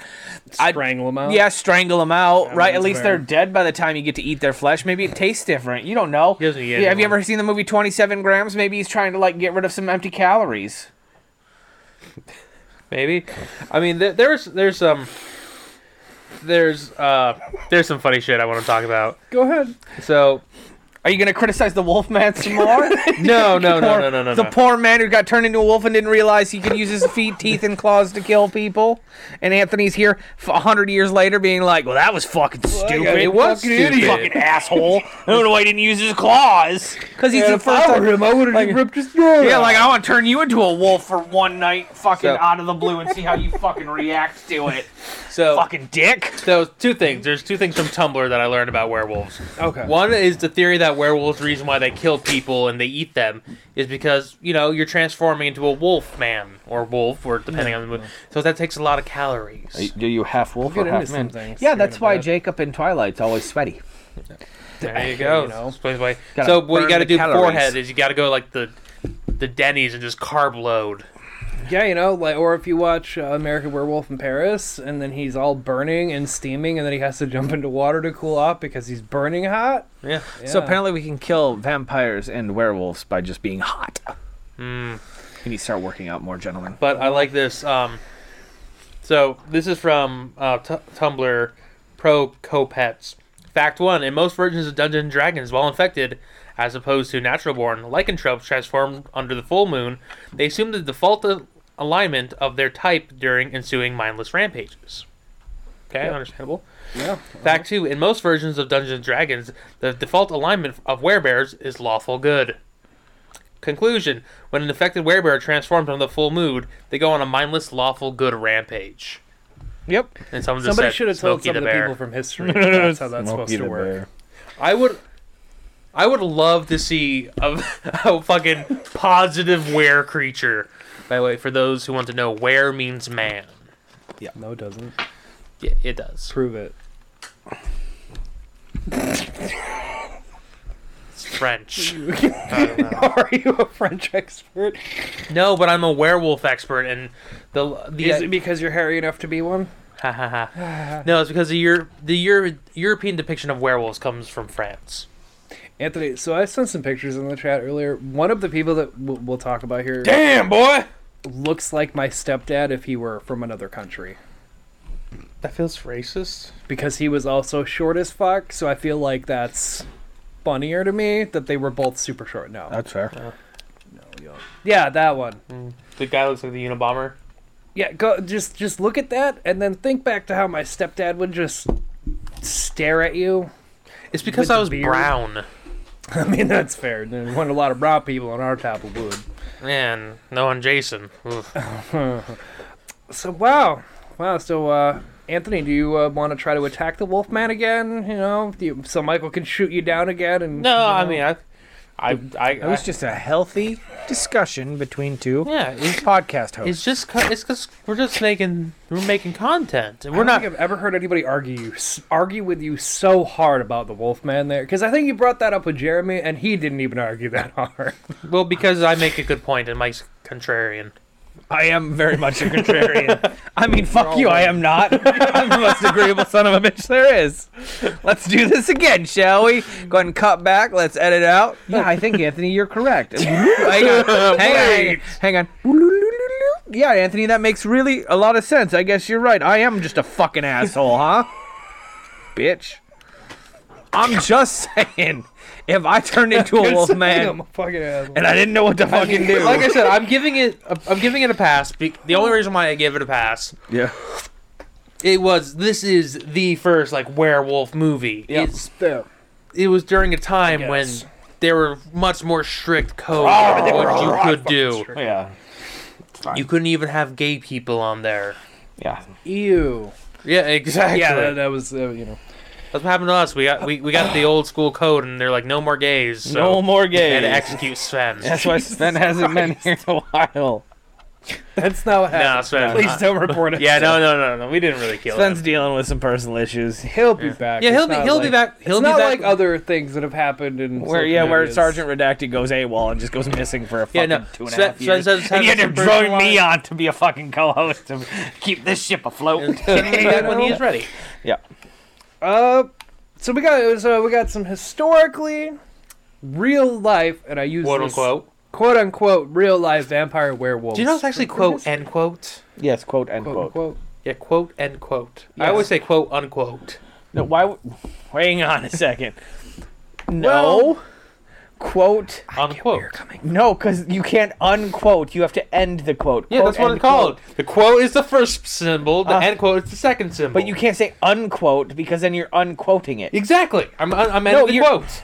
G: I'd-
C: strangle him out.
G: Yeah, strangle them out. right. At
C: that's
G: least
C: fair.
G: they're dead by the time you get to eat their flesh. Maybe it tastes different. You don't know.
D: doesn't eat
G: yeah. Have you
D: anyone.
G: ever seen the movie Twenty Seven Grams? Maybe he's trying to like get rid of some empty calories.
D: Maybe. I mean, there, there's there's some there's uh there's some funny shit I want to talk about.
C: Go ahead.
D: So
G: Are you gonna criticize the wolf man some more?
D: no no no no no no.
G: the
D: no.
G: poor man who got turned into a wolf and didn't realize he could use his feet, teeth, and claws to kill people. And Anthony's here f- a hundred years later, being like, "Well, that was fucking stupid.
D: it was stupid.
G: fucking asshole. I don't know why he didn't use his claws because he's the first
C: I were
G: time."
C: him, I would have ripped his throat
G: Yeah, like I want to turn you into a wolf for one night, fucking
D: So-
G: out of the blue, and see how you fucking react to it.
D: So
G: Fucking dick.
D: so two things. There's two things from Tumblr that I learned about werewolves.
C: Okay.
D: One is the theory that werewolves the reason why they kill people and they eat them is because, you know, you're transforming into a wolf man or wolf or depending on the movie. So that takes a lot of calories.
G: Do you half wolf
C: Get into some things.
G: Yeah, that's
C: You're
G: why
C: gonna bet.
G: Jacob in Twilight's always sweaty.
D: There you go.
C: You know.
D: Explains why-
G: Gotta
D: so what
G: burn
D: you got to
G: the
D: do
G: calories.
D: forehead is you got to go like the the Denny's and just carb load.
C: Yeah, you know, like, or if you watch uh, American Werewolf in Paris, and then he's all burning and steaming, and then he has to jump into water to cool off because he's burning hot.
D: Yeah.
G: So
C: Yeah.
G: apparently we can kill vampires and werewolves by just being hot.
K: Hmm.
G: We need to start working out more, gentlemen.
D: But I like this. Um, so this is from uh, t- Tumblr, Pro Copets. Fact one: In most versions of Dungeons and Dragons, while infected, as opposed to natural born, lycanthropes transformed under the full moon, they assume the default al- alignment of their type during ensuing mindless rampages. Okay, understandable.
C: Yeah.
D: Fact two: In most versions of Dungeons and Dragons, the default alignment of werebears is lawful good. Conclusion: When an infected werebear transforms under the full mood, they go on a mindless lawful good rampage.
G: Yep.
D: And someone just
C: Somebody
D: said,
C: should have told
D: Smokey
C: some
D: the
C: of the
D: bear.
C: people from history that's how that's supposed to work.
D: I would. I would love to see a, a fucking positive were creature. By the way, for those who want to know, were means man.
C: No, it doesn't.
D: Yeah, it does.
C: Prove it.
D: It's French.
C: Are you a French expert?
D: No, but I'm a werewolf expert, and the the uh,
C: Is it because you're hairy enough to be one?
D: Ha, ha, ha. no, it's because the Euro- the Euro- European depiction of werewolves comes from France.
C: Anthony, so I sent some pictures in the chat earlier. One of the people that w- we'll talk about here
J: Damn, boy.
C: looks like my stepdad if he were from another country.
D: That feels racist.
C: Because he was also short as fuck, so I feel like that's funnier to me that they were both super short. No.
G: That's fair.
C: yeah, that one.
D: The guy looks like the Unabomber.
C: Yeah, go just just look at that and then think back to how my stepdad would just stare at you.
D: It's because
C: With
D: I
C: the
D: was
C: beard.
D: brown.
C: I mean, that's fair. There weren't a lot of brown people on our type of wood.
D: Man, no on Jason. Oof.
C: So wow, wow. So uh, Anthony, do you uh, want to try to attack the Wolfman again? You know, do you, so Michael can shoot you down again. And
D: No, I mean, I, I, I,
K: It was just a healthy discussion between two
D: yeah. It's,
K: podcast hosts.
D: it's just, co- it's because we're just making, we're making content, and we're
C: I don't
D: not.
C: think I've ever heard anybody argue you s- argue with you so hard about the Wolfman there, because I think you brought that up with Jeremy, and he didn't even argue that hard.
D: Well, because I make a good point, and Mike's contrarian.
K: I am very much a contrarian. I mean, fuck you, I am not. I'm the most agreeable son of a bitch there is. Let's do this again, shall we? Go ahead and cut back. Let's edit out. Yeah, I think, Anthony, you're correct. hang on. Hang on. Hang on. Yeah, Anthony, that makes really a lot of sense. I guess you're right. I am just a fucking asshole, huh? Bitch. I'm just saying, if I turned into a wolf man
C: fucking asshole.
K: and I didn't know what to fucking do.
D: Like I said, I'm giving it, a, I'm giving it a pass. Be- the only reason why I gave it a pass
G: Yeah.
D: it was this is the first like werewolf movie. It's it was during a time when
C: Yes.
D: there were much more strict codes on what you could do.
G: Yeah.
D: You couldn't even have gay people on there.
G: Yeah.
C: Ew.
D: Yeah, exactly.
C: Yeah, that, that was uh, you know.
D: That's what happened to us. We got we, we got the old school code, and they're like, no more gays. So
G: no more
D: And
G: gays.
D: execute Sven.
G: That's why Sven hasn't been here in a while.
C: That's not what
D: no,
C: happened.
D: Sven.
C: Please don't report it.
D: yeah, no, no, no, no. We didn't really kill him.
G: Sven's dealing with some personal issues.
C: He'll be back.
D: Yeah,
C: It's
D: he'll be
C: not
D: he'll be
C: like-
D: back. He'll
C: it's
D: be
C: not
D: back.
C: like other things that have happened in
G: Where
C: social
G: yeah, where
C: medias.
G: Sergeant Redacted goes AWOL and just goes missing for a fucking
D: yeah, no.
G: two and a
D: Sven-
G: half years.
D: Sven says
G: and you
D: having
G: end up
D: some
G: throwing me
D: personalized-
G: on to be a fucking co-host to keep this ship afloat.
D: back when he is ready.
C: Uh, so we got so we got some historically real life, and I use
D: Quote
C: this
D: unquote.
C: quote unquote real life vampire werewolves.
D: Do you know it's actually quote end quote?
G: yes, quote end
C: quote
G: quote.
C: unquote?
D: Yeah, quote end quote. I always say quote unquote.
G: No, why? w- Hang on a second. No. quote
D: Unquote.
G: no, because you can't unquote. You have to end the quote.
D: Yeah,
G: Quote,
D: that's what
G: end
D: it's called.
G: quote.
D: The quote is the first symbol. The end quote is the second symbol.
G: Uh, But you can't say unquote because then you're unquoting it.
D: exactly. I'm I'm I'm
G: No,
D: ending the
G: you're-
D: quote.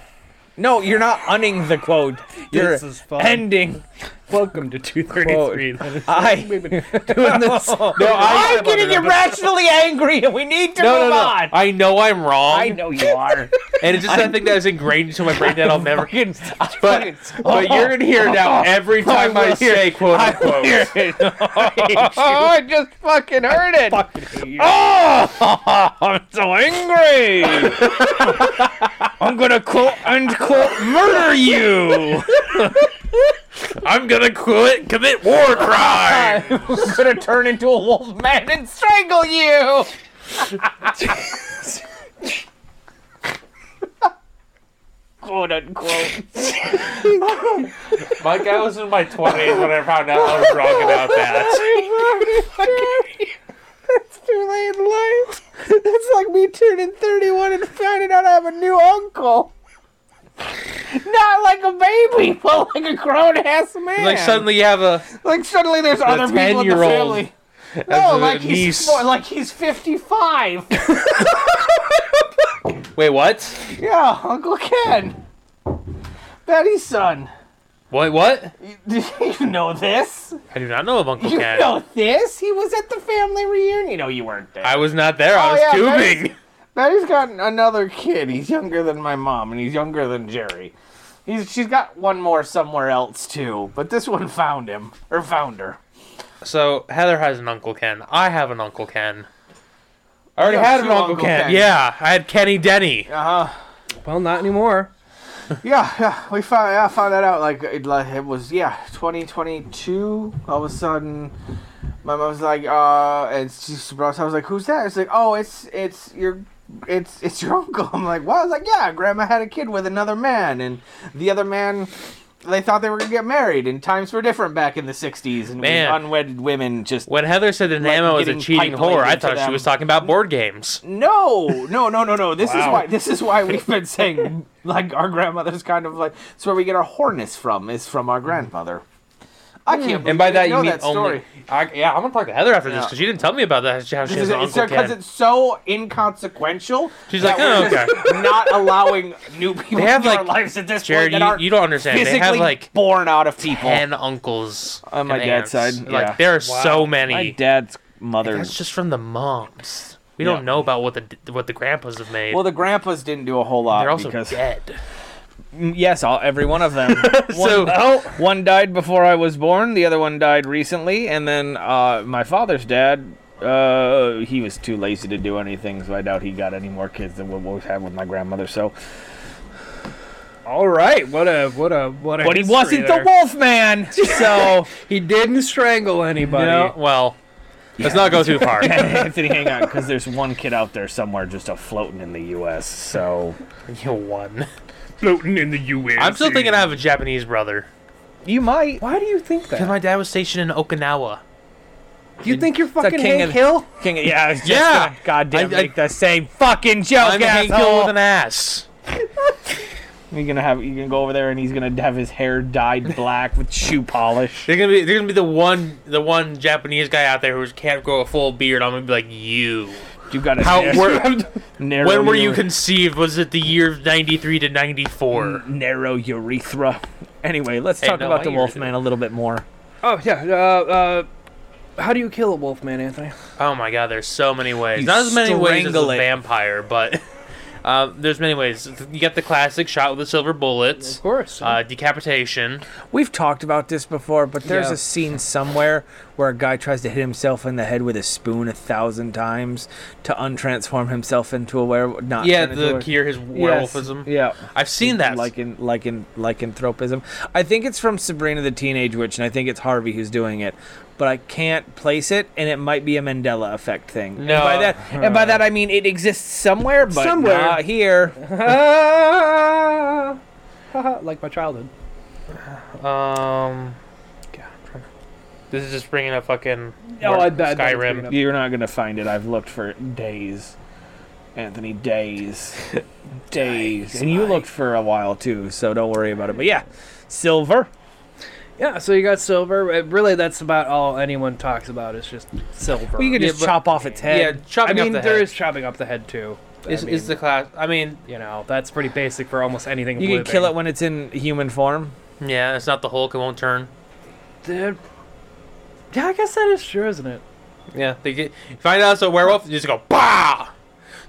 G: No, you're not unning the quote. You're
C: This is fun.
G: ending.
C: Welcome to two thirty three.
G: I.
C: Doing this.
G: No, I'm getting irrationally angry, and we need to
D: No, no,
G: move
D: no.
G: on.
D: I know I'm wrong,
G: I know you are.
D: and it's just that thing that is ingrained into my brain that I'll never.
G: Fucking-
D: But but you're gonna hear now every time I,
G: will hear-
D: say quote
G: I
D: unquote.
G: hear it. oh, I just fucking heard it. Oh, I'm so angry. I'm gonna quote unquote murder you.
D: I'm gonna quit commit war crime.
G: I'm gonna turn into a wolf man and strangle you. quote unquote.
D: Like I was in my twenties when I found out I was wrong about that.
G: It's too late in life. That's like me turning 31 and finding out I have a new uncle. Not like a baby, but like a grown ass man.
D: Like suddenly you have a
G: Like suddenly there's other people in the
D: 10-year-old
G: family.
D: as a
G: No, like
D: niece.
G: he's four, like he's 55.
D: Wait, what?
G: yeah, Uncle Ken. Betty's son.
D: Wait, what?
G: Do you know this?
D: I do not know of Uncle
G: You
D: Ken.
G: know this? He was at the family reunion. No, you weren't there.
D: I was not there. I
G: Oh,
D: was
G: yeah,
D: tubing.
G: Betty's- Now he's got another kid. He's younger than my mom, and he's younger than Jerry. He's she's got one more somewhere else too, but this one found him or found her.
D: So Heather has an Uncle Ken. I have an Uncle Ken. I
G: You
D: already
G: have
D: had an
G: two
D: Uncle,
G: Uncle
D: Ken.
G: Kens.
D: Yeah, I had Kenny Denny.
G: Uh huh.
C: Well, not anymore.
G: yeah, yeah. We found yeah, I found that out like it, like, it was yeah, 2022. All of a sudden, my mom was like, uh, and she brought. us- I was like, who's that? It's like, oh, it's it's your. It's it's your uncle. I'm like, what? I was like, yeah, grandma had a kid with another man, and the other man, they thought they were gonna get married, and times were different back in the '60s, and
D: Man.
G: unwedded women just
D: When Heather said that Nana was a
G: getting
D: cheating
G: piped
D: whore, I
G: into
D: thought she
G: them.
D: was talking about board games.
G: No, no, no, no, no. This is
D: Wow.
G: why this is why we've been saying like our grandmother's kind of like it's where we get our horness from is from our grandmother. I can't. believe
D: And by
G: I
D: that
G: didn't
D: you
G: know
D: mean
G: that
D: only.
G: story.
D: I, yeah, I'm gonna talk to Heather after this
G: Yeah.
D: because she didn't tell me about that. How she
G: This
D: has
G: is
D: an
G: it's
D: Uncle
G: because
D: Ken.
G: it's so inconsequential.
D: She's like,
G: that
D: oh,
G: we're just not allowing new people
D: They have
G: into our
D: like
G: lives at this
D: Jared,
G: point.
D: you, you don't understand. They have like
G: born out of people.
D: ten uncles
G: on my
D: and
G: dad's
D: aunts.
G: side. yeah.
D: Like there are so many.
G: My dad's mother.
D: That's just from the moms. We
G: Yeah.
D: don't know about what the what the grandpas have made.
G: Well, the grandpas didn't do a whole lot.
D: They're also
G: because...
D: dead.
G: Mm, Yes, all, every one of them.
D: So-
G: one, oh, one died before I was born. The other one died recently, and then uh, my father's dad. Uh, he was too lazy to do anything, so I doubt he got any more kids than what we had with my grandmother. So,
C: All right, what a what a what a.
G: but he
C: history
G: wasn't
C: there.
G: the wolf man. So
C: He didn't strangle anybody.
D: No, Oh, well, let's not go too far.
G: Anthony, hang on, because there's one kid out there somewhere just a floating in the U.S. So
D: you won.
E: Floating in the U.S.
D: I'm still thinking I have a Japanese brother.
G: you might.
C: Why do you think
D: Because
C: that?
D: my dad was stationed in Okinawa.
C: You think you're fucking
G: king
C: Hank
G: of-
C: Hill?
G: King, yeah, I was just
D: Yeah.
G: gonna goddamn
D: I- I-
G: make the same fucking joke.
D: I'm Hank Hill
G: asshole.
D: with an ass.
G: You're gonna have you gonna go over there and he's gonna have his hair dyed black with shoe polish.
D: They're gonna be they're gonna be the one the one Japanese guy out there who can't grow a full beard. I'm gonna be like you.
G: You gotta
D: How
G: narrow-
D: were,
G: narrow
D: when were you
G: your-
D: conceived? Was it the year of 93 to
G: Hmm.
D: 94?
G: narrow urethra? Anyway, let's
D: Hey,
G: talk
D: no,
G: about
D: I
G: the
D: hear
G: wolf man a little bit more.
C: Oh yeah. Uh, uh, how do you kill a wolf man, Anthony?
D: Oh my god, there's so many ways.
G: You
D: Not as many ways as a
G: strangle it.
D: vampire, but uh, there's many ways. You got the classic shot with the silver bullets,
C: Of course.
D: uh, decapitation.
K: We've talked about this before, but there's
C: Yeah.
K: a scene somewhere where a guy tries to hit himself in the head with a spoon a thousand times to untransform himself into a werewolf. Not
D: Yeah,
K: turn into a
D: the cure his werewolfism.
K: Yeah,
D: I've seen that.
K: lycan, lycan, lycanthropism. I think it's from Sabrina the Teenage Witch, and I think it's Harvey who's doing it, but I can't place it, and it might be a Mandela effect thing.
D: No.
K: and by that, and by that I mean it exists somewhere, but
C: Somewhere.
K: not here.
C: Ah, haha, like my childhood.
D: Um, this is just bringing up fucking
C: Oh,
D: War-
C: I- I- I-
D: Skyrim.
G: You're not gonna find it. I've looked for it days, Anthony. Days, days, and you looked for a while too. So don't worry about it. But yeah, silver.
C: Yeah. So you got silver. Uh, Really, that's about all anyone talks about. Is just silver.
K: Well, you could just chop off its
D: Yeah,
K: head.
C: I
D: chopping
C: mean,
D: up the
C: there
D: head
C: is chopping up the head too. I
D: is, is
C: mean,
D: the class. I mean,
C: you know that's pretty basic for almost anything.
K: you
C: living.
K: could kill it when it's in human form.
D: yeah, it's not the Hulk. It won't turn.
C: Dude. Yeah, I guess that is true, isn't it?
D: Yeah, they get find out it's a werewolf. You just go bah.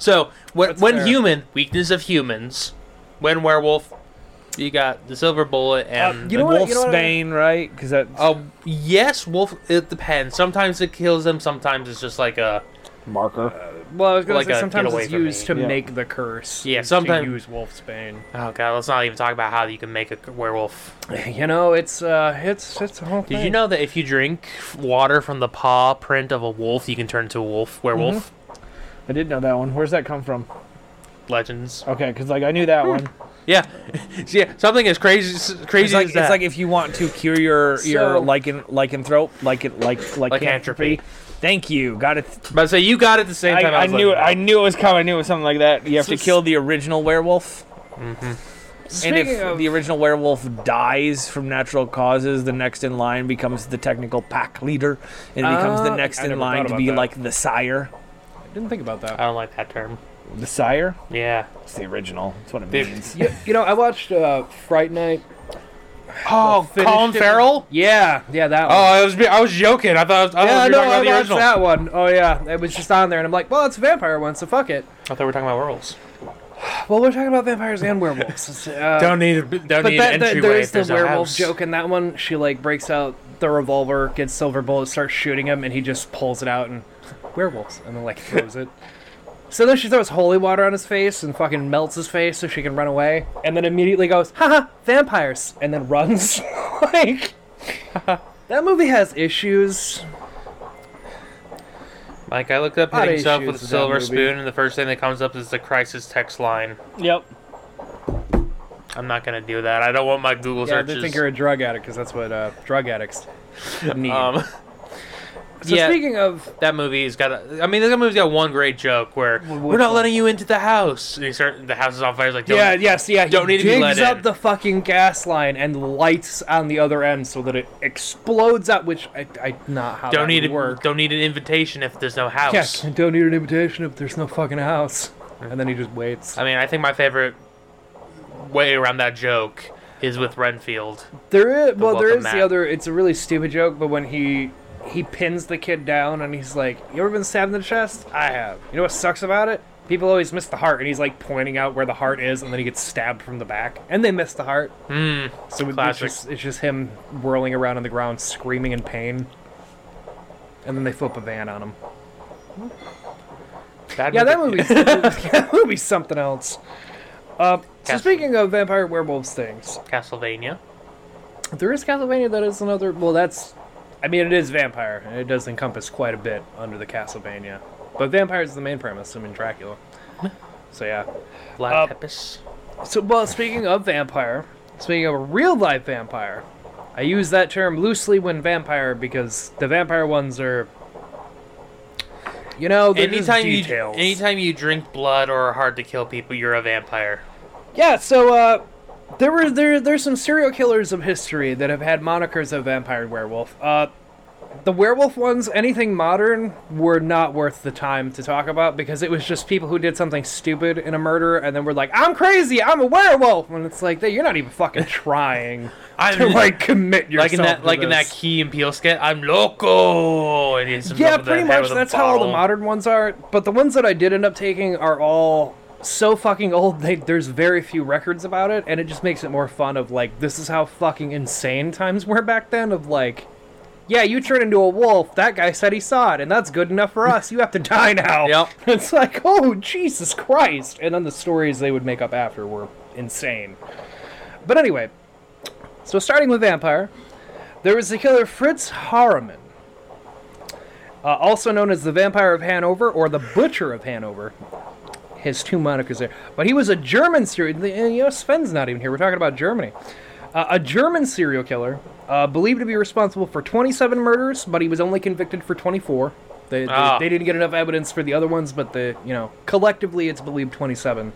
D: So when
C: That's
D: when
C: fair.
D: human weakness of humans, when werewolf, you got the silver bullet and
C: you know what-
K: Wolf's
C: you know what I-
K: bane, right? Because that
D: Uh, yes, wolf. It depends. Sometimes it kills them. Sometimes it's just like a
G: Marker.
C: Well, I was gonna
D: Like a
C: say
D: get
C: sometimes
D: away
C: it's
D: from
C: used
D: me.
C: to
G: Yeah.
C: make the curse.
D: Yeah,
C: is to
D: sometime-
C: use wolf's bane.
D: oh god. Let's not even talk about how you can make a werewolf.
C: You know, it's uh, it's it's a whole
D: Did
C: thing.
D: you know that if you drink water from the paw print of a wolf, you can turn into a wolf werewolf?
G: I did know that one. Where's that come from?
D: Legends.
G: Okay, because like I knew that one.
D: Yeah, yeah. Something as crazy, s- Hmm. crazy
K: It's like,
D: as
K: it's
D: that.
K: like if you want to cure your your
C: So-
K: lichen lycanthrop lycan like lycanthropy.
D: Lycanthropy.
K: Thank you. Got it.
D: but so you got it the same
G: I,
D: time. I,
G: I
D: was
G: knew it.
D: looking.
G: I knew it was coming. I knew it was something like that. You have to
K: To
G: kill.
K: kill the original werewolf. And
C: Speaking
K: if
C: of,
K: the original werewolf dies from natural causes, the next in line becomes the technical pack leader, and it becomes
C: Ah,
K: the next
C: I
K: in
C: never
K: line
C: thought
K: to
C: about
K: be
C: that.
K: like the sire.
C: I didn't think about that.
D: I don't like that term.
G: The sire.
D: Yeah.
G: It's the original. That's what it
D: Dude.
G: means.
C: you, you know, I watched uh, Fright Night.
D: Oh,
C: finished
D: Colin
C: it-
D: Farrell.
C: Yeah, yeah, that
D: Oh,
C: one.
D: I was I was joking. I thought I was, I
C: yeah,
D: was
C: no,
D: talking
C: I
D: about the
C: watched
D: original.
C: that one. Oh yeah, it was just on there, and I'm like, well, it's a vampire one, so fuck it.
D: I thought we were talking about werewolves.
C: Well, we're talking about vampires and werewolves. It's, uh,
D: Don't need a- don't
C: but
D: need an
C: that, that,
D: entryway
C: There's
D: if
C: the
D: there's a
C: werewolf
D: house.
C: joke in that one. She like breaks out the revolver, gets silver bullet, starts shooting him, and he just pulls it out and werewolves, and then like throws it. So then she throws holy water on his face and fucking melts his face so she can run away, and then immediately goes, "Haha, vampires!" and then runs. like that movie has issues.
D: Like I looked up
C: Lot of
D: hitting stuff
C: issues
D: with a
C: with that
D: silver
C: movie.
D: spoon, and the first thing that comes up is the crisis text line.
C: Yep.
D: I'm not gonna do that. I don't want my Google
C: Yeah,
D: searches.
C: they think you're a drug addict because that's what uh, drug addicts need.
D: Um,
C: so
D: yeah.
C: speaking of,
D: that movie's got. A, I mean, that movie's got one great joke where we're not letting you into the house. And you start, the house is on fire. It's like don't,
C: yeah, yes, yeah, he
D: Don't need to
C: digs
D: be let
C: up
D: in.
C: the fucking gas line and lights on the other end so that it explodes out, which I, I not how
D: don't
C: that
D: need
C: would
D: a,
C: work.
D: Don't need an invitation if there's no house.
C: Yeah, don't need an invitation if there's no fucking house. And then he just waits.
D: I mean, I think my favorite way around that joke is with Renfield.
C: There is well, there
D: welcome
C: is
D: mat.
C: the other. It's a really stupid joke, but when he he pins the kid down and he's like, "You ever been stabbed in the chest? I have. You know what sucks about it? People always miss the heart." And he's like pointing out where the heart is, and then he gets stabbed from the back, and they miss the heart.
D: Mm,
C: So it's
D: classic.
C: just, it's just him whirling around on the ground, screaming in pain. And then they flip a van on him.
D: Bad
C: yeah, that
D: movie.
C: movie's, that movie's something else. Uh, so
D: Cas-
C: speaking of vampire werewolves things,
D: Castlevania.
C: there is Castlevania that is another. Well, that's. I mean, it is vampire, and it does encompass quite a bit under the Castlevania. But vampire is the main premise. I mean, Dracula. So yeah.
D: Black
C: Uh,
D: Pepis.
C: So well, speaking of vampire, speaking of a real life vampire, I use that term loosely when vampire because the vampire ones are. You know, they're just
D: Anytime you
C: details.
D: anytime you drink blood or are hard to kill people, you're a vampire.
C: Yeah, so uh, there were there there's some serial killers of history that have had monikers of vampire and werewolf. Uh, the werewolf ones, anything modern, were not worth the time to talk about because it was just people who did something stupid in a murder and then were like, "I'm crazy, I'm a werewolf," and it's like, "You're not even fucking trying
D: I'm-
C: to like commit yourself."
D: like in that
C: to
D: like in that
C: this.
D: Key and Peele skit, I'm loco. And he's
C: Yeah, pretty much. That's how all the modern ones are. But the ones that I did end up taking are all so fucking old. They, there's very few records about it, and it just makes it more fun. Of like, this is how fucking insane times were back then. Of like, yeah, you turn into a wolf. That guy said he saw it, and that's good enough for us. You have to die now.
D: Yep.
C: It's like, oh Jesus Christ! And then the stories they would make up after were insane. But anyway, so starting with vampire, there was the killer Fritz Harriman uh, also known as the Vampire of Hanover or the Butcher of Hanover. His two monikers there. But he was a German serial. uh, You know, Sven's not even here. We're talking about Germany. Uh, a German serial killer, uh, believed to be responsible for 27 murders, but he was only convicted for 24. They, they,
D: Ah.
C: they didn't get enough evidence for the other ones, but the you know collectively it's believed 27.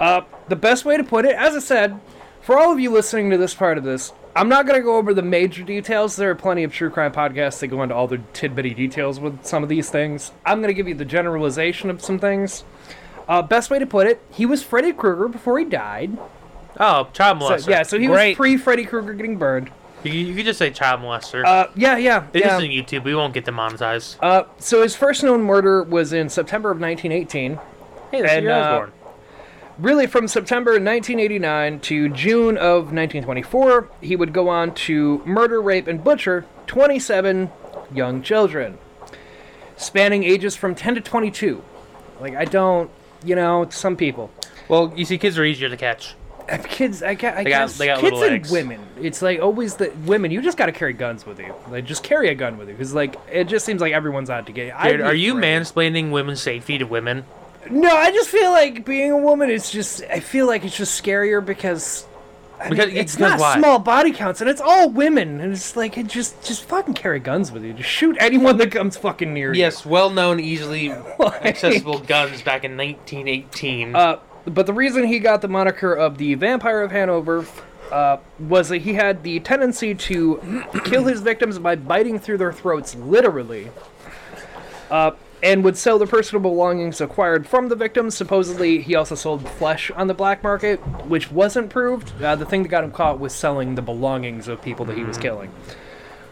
C: Uh, the best way to put it, as I said, for all of you listening to this part of this, I'm not going to go over the major details. There are plenty of true crime podcasts that go into all the tidbitty details with some of these things. I'm going to give you the generalization of some things. Uh, best way to put it, he was Freddy Krueger before he died.
D: Oh, child
C: So,
D: molester.
C: yeah, so he
D: Great.
C: was pre Freddy Krueger getting burned.
D: You, you could just say child molester.
C: Uh, yeah, yeah.
D: it is
C: yeah.
D: on YouTube. We won't get demonetized.
C: Uh, so his first known murder was in September of 1918.
D: Hey, that's the
C: and,
D: year I
C: uh,
D: was born.
C: Really, from September 1989 to June of 1924, he would go on to murder, rape, and butcher 27 young children, spanning ages from 10 to 22. Like, I don't, you know, some people.
D: Well, you see, kids are easier to catch.
C: Kids, I, ca- I
D: They got-
C: guess,
D: they got
C: kids
D: little
C: and
D: legs.
C: women. It's like always the women. You just got to carry guns with you. Like, just carry a gun with you, because like it just seems like everyone's out to get you. I'd
D: Dude,
C: be
D: are you
C: afraid.
D: mansplaining women's safety to women?
C: No, I just feel like being a woman is just. I feel like it's just scarier because. I
D: Because-
C: mean, it's
D: because
C: not
D: why?
C: small body counts, and it's all women, and it's like it just just fucking carry guns with you. Just shoot anyone that comes fucking near you.
D: Yes, well-known, easily accessible guns back in 1918.
C: Uh, but the reason he got the moniker of the Vampire of Hanover uh, was that he had the tendency to kill his victims by biting through their throats, literally, uh, and would sell the personal belongings acquired from the victims. Supposedly, he also sold flesh on the black market, which wasn't proved. Uh, the thing that got him caught was selling the belongings of people that he was killing.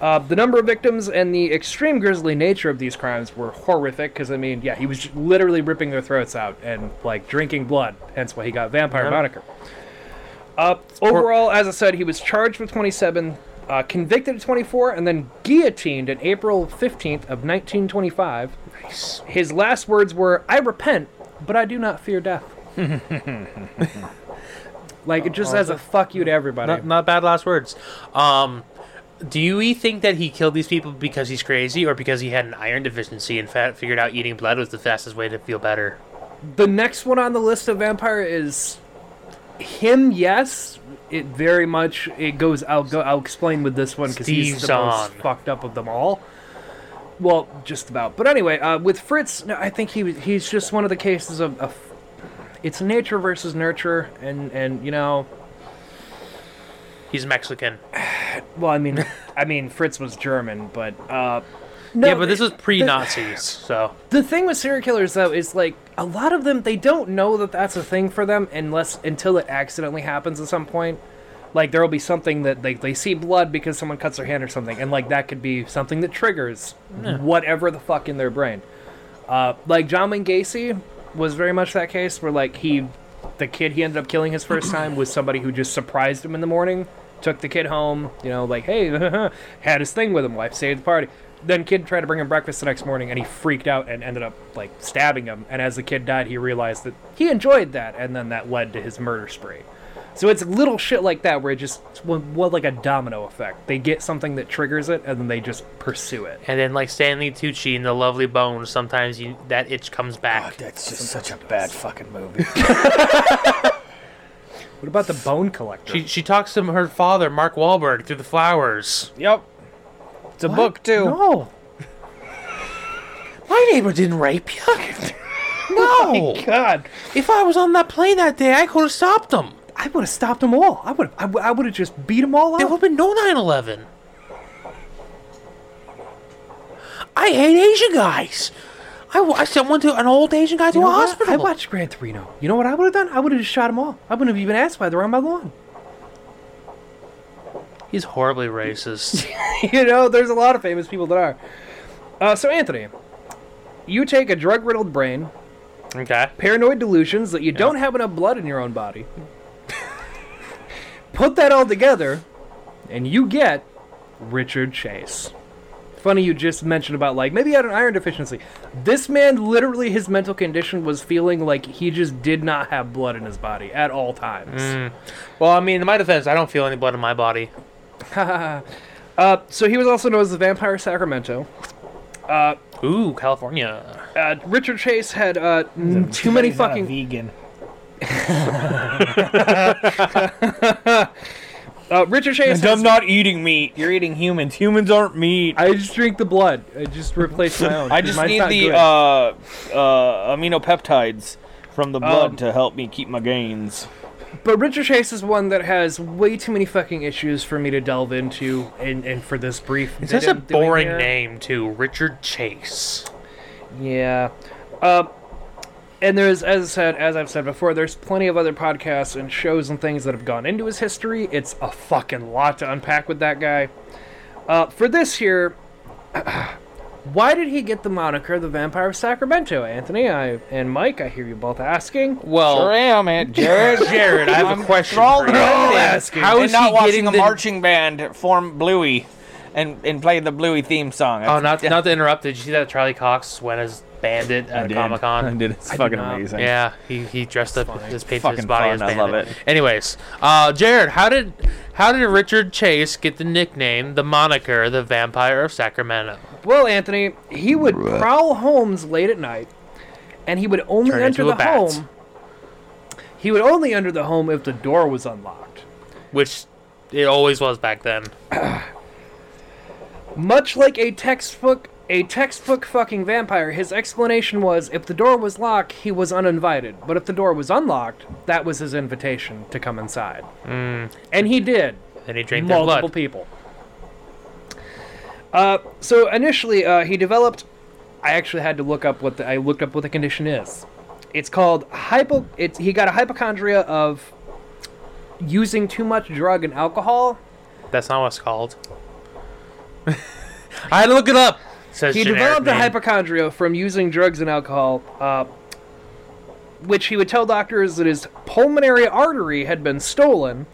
C: Uh, the number of victims and the extreme grisly nature of these crimes were horrific. Because I mean, yeah, he was literally ripping their throats out and like drinking blood. Hence why he got vampire
D: Yeah.
C: moniker. Uh, overall, as I said, he was charged with 27, uh, convicted at 24, and then guillotined on April 15th of 1925. Nice. His last words were, "I repent, but I do not fear death." like it just as a fuck you to everybody.
D: Not, not bad last words. Um, do you think that he killed these people because he's crazy or because he had an iron deficiency and fat figured out eating blood was the fastest way to feel better?
C: The next one on the list of vampire is him. Yes, it very much it goes. I'll go. I'll explain with this one because he's
D: Steve
C: the
D: Zahn.
C: most fucked up of them all. Well, just about. But anyway, uh, with Fritz, no, I think he was- he's just one of the cases of, of it's nature versus nurture, and and you know,
D: He's Mexican.
C: well, I mean, I mean, Fritz was German, but uh, no,
D: yeah, but this
C: it-
D: was pre-Nazis, so
C: The thing with serial killers though is like a lot of them they don't know that that's a thing for them unless until it accidentally happens at some point. Like there will be something that they they see blood because someone cuts their hand or something, and like that could be something that triggers
D: Yeah.
C: whatever the fuck in their brain. Uh, like John Wayne Gacy was very much that case where like he, the kid he ended up killing his first time was somebody who just surprised him in the morning, took the kid home, you know, like hey, had his thing with him, wife saved the party. Then kid tried to bring him breakfast the next morning, and he freaked out and ended up like stabbing him. And as the kid died, he realized that he enjoyed that, and then that led to his murder spree. So it's little shit like that where it just it's one- one- like a domino effect. They get something that triggers it, and then they just pursue it.
D: and then like Stanley Tucci and the Lovely Bones, sometimes you, that itch comes back.
C: That's just such a bad fucking movie. what about the Bone Collector?
D: She she talks to her father, Mark Wahlberg, through the flowers.
K: Yep. It's a
C: What?
K: book too.
C: No.
K: My neighbor didn't rape you. Oh
D: No,
C: God,
D: if I was on that plane that day, I could have stopped them.
C: I would have stopped them all. I would I, would- I would have just beat them all
D: There
C: up.
D: would have been no 9/11. I hate Asian guys. I, wa- I sent one to an old Asian guy to
C: You know
D: a
C: what?
D: hospital.
C: I watched Gran Torino. You know what I would have done? I would have just shot them all. I wouldn't have even asked why they're on my lawn.
D: He's horribly racist.
C: you know, there's a lot of famous people that are. Uh, so Anthony, you take a drug-riddled brain,
D: okay.
C: paranoid delusions that you don't have enough blood in your own body. Put that all together, and you get Richard Chase. Funny you just mentioned about like maybe he had an iron deficiency. This man literally his mental condition was feeling like he just did not have blood in his body at all times.
K: Mm.
D: Well, I mean, in my defense, I don't feel any blood in my body.
C: Uh, so he was also known as the Vampire Sacramento.
D: Ooh, California.
C: Uh, Richard Chase had uh, n- too many
K: He's not a
C: fucking
K: vegan.
C: uh, Richard Chase.
K: I'm
C: has-
K: not eating meat. You're eating humans. Humans aren't meat.
C: I just drink the blood. I just replace my own.
K: I just
C: Mine's
K: need
C: not
K: the
C: good.
K: uh, uh, amino peptides from the blood
C: Um,
K: to help me keep my gains.
C: But Richard Chase is one that has way too many fucking issues for me to delve into, and, and for this brief.
D: It's
C: bit
D: such a
C: I'm doing
D: boring
C: here.
D: name, too. Richard Chase.
C: Yeah. Uh, and there's, as I said, as I've said before, there's plenty of other podcasts and shows and things that have gone into his history. It's a fucking lot to unpack with that guy. Uh, for this here, why did he get the moniker the Vampire of Sacramento, Anthony? I and Mike, I hear you both asking.
D: Well,
K: Sure am, Aunt Jared.
D: Jared, I have a question. For you.
C: asking.
K: How
C: And
K: is
C: not
K: he
C: watching
K: getting
C: a
K: a marching band form Bluey and, and play the Bluey theme song?
D: Oh, not, not to interrupt. Did you see that Charlie Cox went as Bandit at Comic Con?
K: did. It's fucking amazing.
D: Yeah, he, he dressed up as painted his
K: Fucking
D: body
K: fun,
D: as
K: I
D: bandit.
K: love it.
D: Anyways, uh, Jared, how did how did Richard Chase get the nickname, the moniker, the Vampire of Sacramento?
C: Well, Anthony, he would prowl homes late at night, and he would only
D: Turn
C: enter
D: into a
C: the
D: bat.
C: home. He would only enter the home if the door was unlocked.
D: Which it always was back then.
C: Much like a textbook, a textbook fucking vampire, his explanation was if the door was locked, he was uninvited. But if the door was unlocked, that was his invitation to come inside.
D: Hmm.
C: And he did.
D: And he drank their
C: multiple
D: blood.
C: people. Uh, so initially, uh, he developed. I actually had to look up what the, I looked up what the condition is. It's called hypo. It's he got a hypochondria of using too much drug and alcohol.
D: That's not what it's called. I had to look it up. Says
C: he
D: generic
C: developed a
D: name.
C: hypochondria from using drugs and alcohol, uh, which he would tell doctors that his pulmonary artery had been stolen.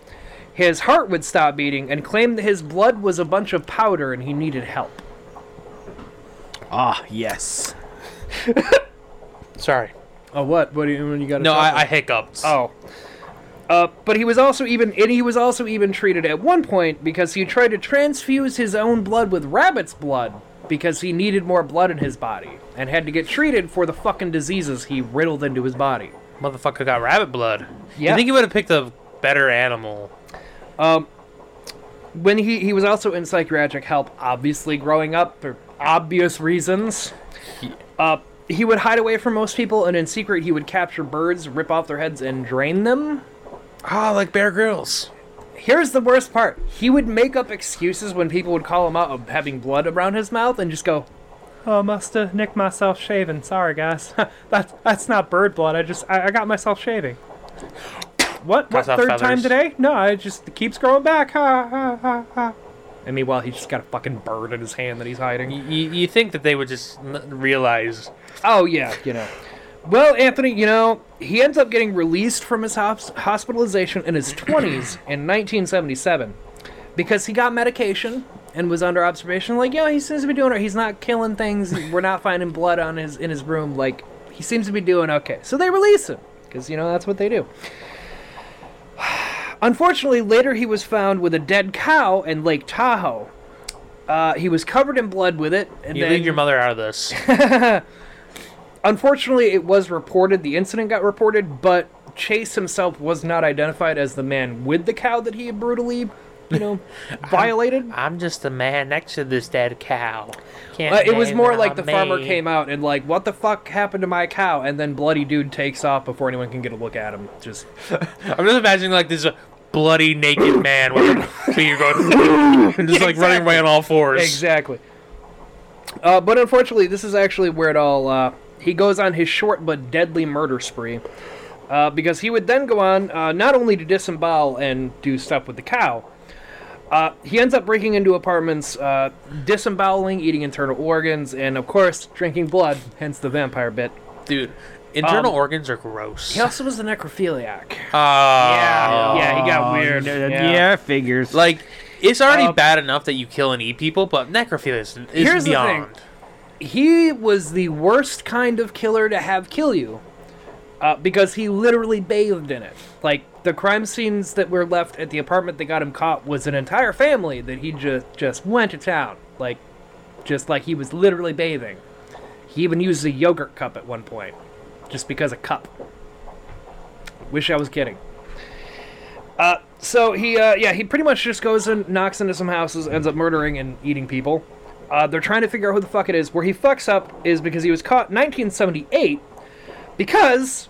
C: His heart would stop beating and claimed that his blood was a bunch of powder and he needed help.
G: Ah, yes.
D: Sorry.
C: Oh, what? What do you when you got?
D: No, I, I hiccuped.
C: Oh. Uh, but he was also even and he was also even treated at one point because he tried to transfuse his own blood with rabbit's blood because he needed more blood in his body and had to get treated for the fucking diseases he riddled into his body.
D: Motherfucker got rabbit blood.
C: Yeah.
D: You think he would have picked a better animal?
C: Um, when he he was also in psychiatric help, obviously growing up for obvious reasons. Uh, he would hide away from most people, and in secret, he would capture birds, rip off their heads, and drain them.
D: Ah, like Bear Grylls.
C: Here's the worst part: he would make up excuses when people would call him out of having blood around his mouth, and just go,
L: Oh, must have nicked myself shaving. Sorry, guys. that's that's not bird blood. I just I, I got myself shaving. What? What
C: Cuts off
L: third time
C: feathers.
L: today? No, it just keeps growing back. Ha ha ha ha.
C: and meanwhile, he's just got a fucking bird in his hand that he's hiding.
D: You, you think that they would just n- realize?
C: Oh yeah, you know. Well, Anthony, you know, he ends up getting released from his hos- hospitalization in his 20s in 1977 because he got medication and was under observation. Like, yo, he seems to be doing it. He's not killing things. We're not finding blood on his in his room. Like, he seems to be doing okay. So they release him because you know that's what they do. Unfortunately, later he was found with a dead cow in Lake Tahoe. Uh, he was covered in blood with it. And
D: you
C: then,
D: leave your mother out of this.
C: Unfortunately, it was reported, the incident got reported, but Chase himself was not identified as the man with the cow that he had brutally, you know, violated.
D: I'm just the man next to this dead cow. Can't
C: Uh, it was
D: blame
C: more
D: it
C: like
D: on
C: the farmer
D: me.
C: came out and like, what the fuck happened to my cow? And then bloody dude takes off before anyone can get a look at him. Just
D: I'm just imagining like this uh, bloody naked man with a finger going and just like running away on all fours.
C: Exactly. Uh, but unfortunately, this is actually where it all. Uh, he goes on his short but deadly murder spree. Uh, because he would then go on uh, not only to disembowel and do stuff with the cow, uh, he ends up breaking into apartments, uh, disemboweling, eating internal organs, and of course, drinking blood, hence the vampire bit.
D: Dude, internal
C: Um,
D: organs are gross. Uh,
C: He also was a necrophiliac.
D: Oh.
C: Yeah, yeah, he got weird. Yeah.
K: figures.
D: Like, it's already
C: Uh,
D: bad enough that you kill and eat people, but necrophilia is, is
C: Here's
D: beyond.
C: the thing. He was the worst kind of killer to have kill you, uh, because he literally bathed in it. Like the crime scenes that were left at the apartment that got him caught was an entire family that he just just went to town, like just like he was literally bathing. He even used a yogurt cup at one point, just because a cup. Wish I was kidding. Uh, so he, uh, yeah, he pretty much just goes and knocks into some houses, ends up murdering and eating people. Uh, they're trying to figure out who the fuck it is. Where he fucks up is because he was caught in 1978 because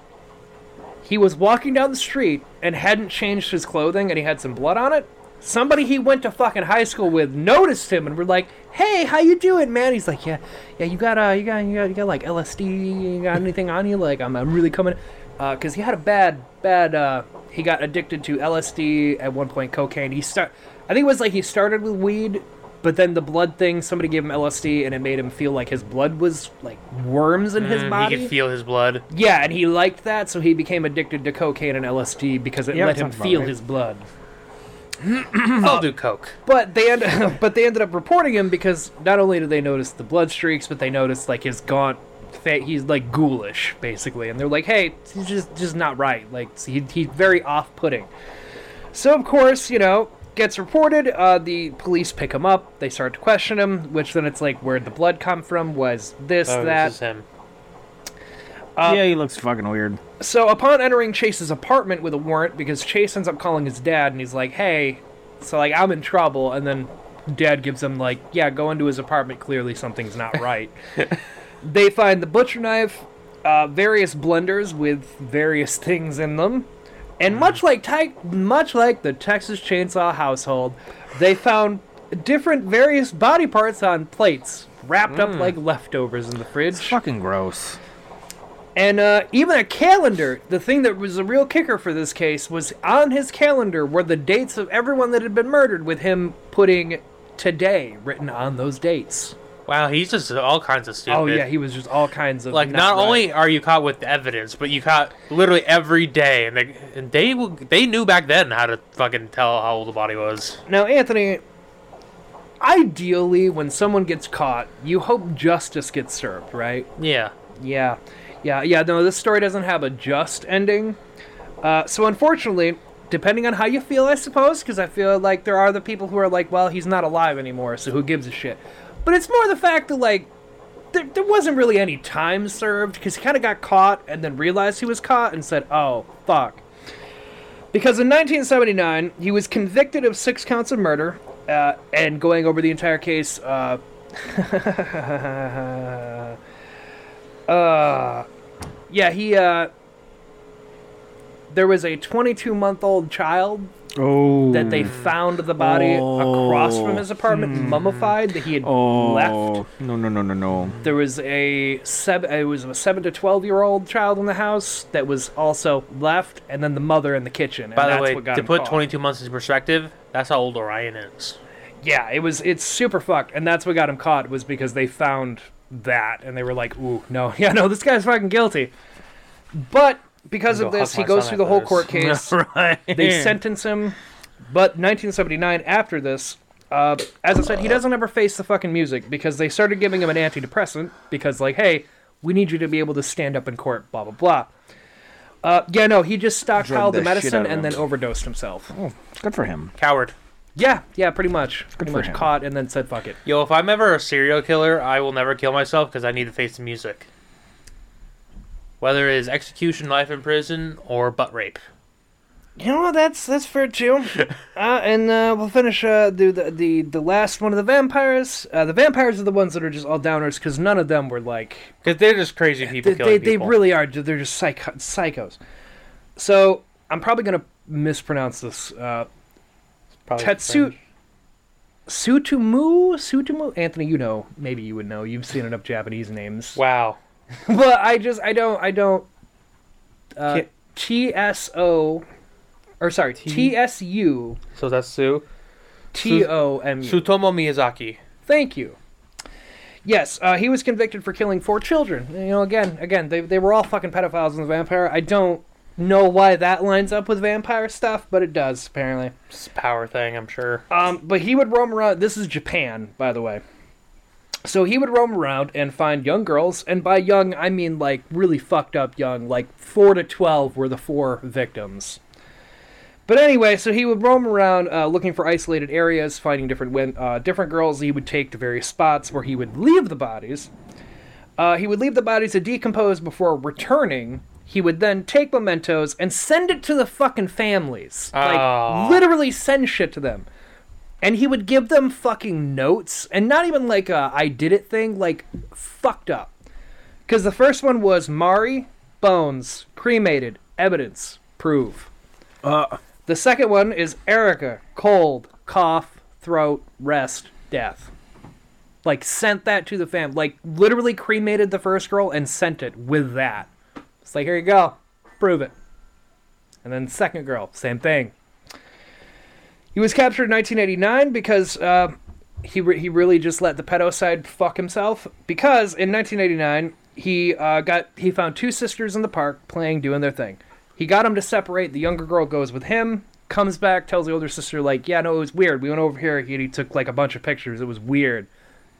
C: he was walking down the street and hadn't changed his clothing and he had some blood on it. Somebody he went to fucking high school with noticed him and were like, "Hey, how you doing, man?" He's like, "Yeah, yeah, you got uh, you got you got, you got like LSD, you got anything on you? Like, I'm I'm really coming." Uh, cause he had a bad, bad. Uh, he got addicted to LSD at one point, cocaine. He start, I think it was like he started with weed, but then the blood thing. Somebody gave him LSD, and it made him feel like his blood was like worms in his
D: Mm,
C: body.
D: He could feel his blood.
C: Yeah, and he liked that, so he became addicted to cocaine and LSD because it
D: Yeah,
C: let
D: that
C: him
D: sounds about
C: feel
D: right.
C: his blood. Oh,
D: I'll do coke.
C: But they end, but they ended up reporting him because not only did they notice the blood streaks, but they noticed like his gaunt, fa- he's like ghoulish basically, and they're like, hey, he's just just not right. Like he, he's very off-putting. So of course, you know, gets reported. Uh, the police pick him up. They start to question him, which then it's like, where'd the blood come from? Was this
K: Oh, this
C: that?
K: is him.
C: Uh,
K: yeah, he looks fucking weird.
C: So upon entering Chase's apartment with a warrant, because Chase ends up calling his dad and he's like, "Hey," so like I'm in trouble, and then dad gives him like, "Yeah, go into his apartment. Clearly something's not right." they find the butcher knife, uh, various blenders with various things in them, and much like Ty- much like the Texas Chainsaw household, they found different various body parts on plates wrapped up
K: Mm.
C: like leftovers in the fridge.
K: fucking gross.
C: And uh, even a calendar. The thing that was a real kicker for this case was on his calendar were the dates of everyone that had been murdered, with him putting today written on those dates.
D: Wow, he's just all kinds of stupid.
C: Oh yeah, he was just all kinds of
D: like not,
C: right.
D: only are you caught with the evidence, but you caught literally every day, and they and they will- they knew back then how to fucking tell how old the body was.
C: Now, Anthony, ideally, when someone gets caught, you hope justice gets served, right?
D: Yeah.
C: Yeah. Yeah, yeah, no, this story doesn't have a just ending. Uh, so, unfortunately, depending on how you feel, I suppose, because I feel like there are the people who are like, well, he's not alive anymore, so who gives a shit? But it's more the fact that, like, there, there wasn't really any time served, because he kind of got caught and then realized he was caught and said, oh, fuck. Because in 1979, he was convicted of six counts of murder, uh, and going over the entire case, uh, uh, yeah, he, uh, there was a 22 month old child
E: Oh.
C: that they found the body across from his apartment, mummified, that he had
E: oh.
C: left.
E: No, no, no, no, no.
C: There was a seven. It was a seven to twelve year old child in the house that was also left, and then the mother in the kitchen. and
D: By the
C: that's
D: way,
C: what got
D: to
C: him
D: put
C: caught.
D: 22 months into perspective, that's how old Orion is.
C: Yeah, it was. It's super fucked, and that's what got him caught was because they found that, and they were like, "Ooh, no, yeah, no, this guy's fucking guilty." But because
D: Go
C: of this,
D: hug
C: he
D: my
C: goes
D: son
C: through the whole
D: after
C: court
D: this.
C: case. They sentence him. But 1979, after this, uh, as I said, he doesn't ever face the fucking music because they started giving him an antidepressant because, like, hey, we need you to be able to stand up in court, blah blah blah. Uh, yeah, no, he just stockpiled
E: Drugged the shit
C: the medicine
E: out of
C: and
E: him.
C: then overdosed himself.
E: Good for him.
D: Coward.
C: Yeah, yeah, pretty much. pretty
D: for
C: much
D: him.
C: caught and then said fuck it.
D: Yo, if I'm ever a serial killer, I will never kill myself because I need to face the music. Whether it is execution, life in prison, or butt rape.
C: You know what? That's that's fair too. uh, and uh, we'll finish uh, the, the the the last one of the vampires. Uh, the vampires are the ones that are just all downers because none of them were like
D: Because they're just crazy people
C: they they,
D: killing
C: they
D: people.
C: really are. They're just psycho- psychos. So I'm probably gonna mispronounce this. Uh,
D: probably
C: Tetsu. Sutumu, Sutumu, Anthony, you know, maybe you would know. You've seen enough Japanese names.
D: Wow.
C: but I just, I don't, I don't. Uh, T S O, or sorry, T S U
D: So that's Sue.
C: T O M U.
D: Sutomo Miyazaki.
C: Thank you. Yes, uh, he was convicted for killing four children. You know, again, again, they, they were all fucking pedophiles in the vampire. I don't know why that lines up with vampire stuff, but it does apparently.
D: It's a power thing, I'm sure.
C: Um, but he would roam around. This is Japan, by the way. So he would roam around and find young girls, and by young I mean like really fucked up young, like four to twelve were the four victims. But anyway, so he would roam around uh, looking for isolated areas, finding different win- uh, different girls. He would take to various spots where he would leave the bodies. Uh, he would leave the bodies to decompose before returning. He would then take mementos and send it to the fucking families.
D: Oh.
C: Like literally send shit to them. And he would give them fucking notes, and not even like a I did it thing, like fucked up. Because the first one was Mari, bones, cremated, evidence, prove. Uh. The second one is Erica, cold, cough, throat, rest, death. Like sent that to the fam. Like literally cremated the first girl and sent it with that. It's like here you go, prove it. And then second girl, same thing. He was captured in 1989 because uh, he re- he really just let the pedo side fuck himself. Because in 1989 he uh, got he found two sisters in the park playing, doing their thing. He got them to separate. The younger girl goes with him, comes back, tells the older sister like, "Yeah, no, it was weird. We went over here. He, he took like a bunch of pictures. It was weird."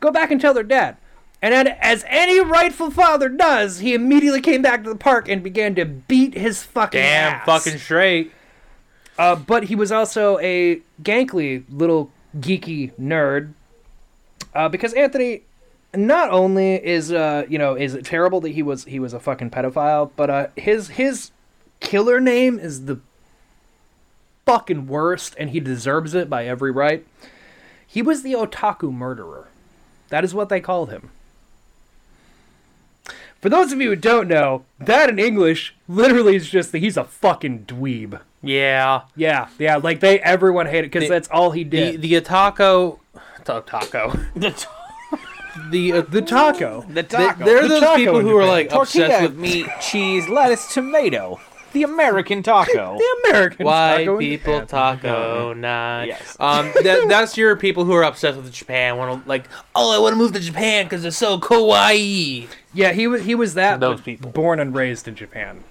C: Go back and tell their dad. And then, as any rightful father does, he immediately came back to the park and began to beat his fucking
D: Damn
C: ass.
D: fucking straight.
C: Uh, but he was also a gankly little geeky nerd. Uh, because Anthony, not only is uh, you know is it terrible that he was he was a fucking pedophile, but uh, his his killer name is the fucking worst, and he deserves it by every right. He was the otaku murderer. That is what they called him. For those of you who don't know, that in English literally is just that he's a fucking dweeb.
D: Yeah.
C: Yeah, yeah, like they everyone hated because that's all he
D: The
C: did.
D: the Otaco the Taco. The the, uh,
C: the taco.
K: The
D: taco. they're those people who are, like, obsessed
K: tortilla
D: with-
K: meat, cheese, lettuce, tomato. The American taco.
D: The
K: American
D: Why
K: taco in
D: people
K: Japan.
D: taco not? Yes. Um, that, that's your people who are obsessed with Japan. Want to like, oh, I want to move to Japan because it's so kawaii.
C: Yeah, he was he was that
D: Those
C: but born and raised in Japan.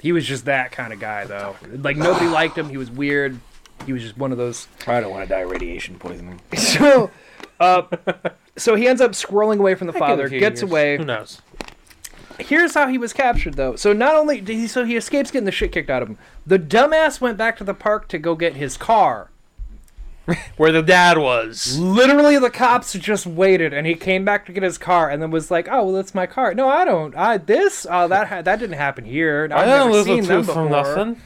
C: He was just that kind of guy though. Like nobody liked him. He was weird. He was just one of those. I don't want to die of radiation poisoning. So, uh, so he ends up squirreling away from the
D: Back in a
C: father,
D: few
C: gets
D: years.
C: away.
D: Who knows?
C: Here's how he was captured though. So not only did he so he escapes getting the shit kicked out of him. The dumbass went back to the park to go get his car.
D: Where the dad was.
C: Literally, the cops just waited, and he came back to get his car, and then was like, "Oh, well, that's my car. No, I don't. I this. Oh, that ha- that didn't happen here. I've
D: I don't
C: never
D: lose a
C: seen them
D: tooth for
C: before.
D: nothing."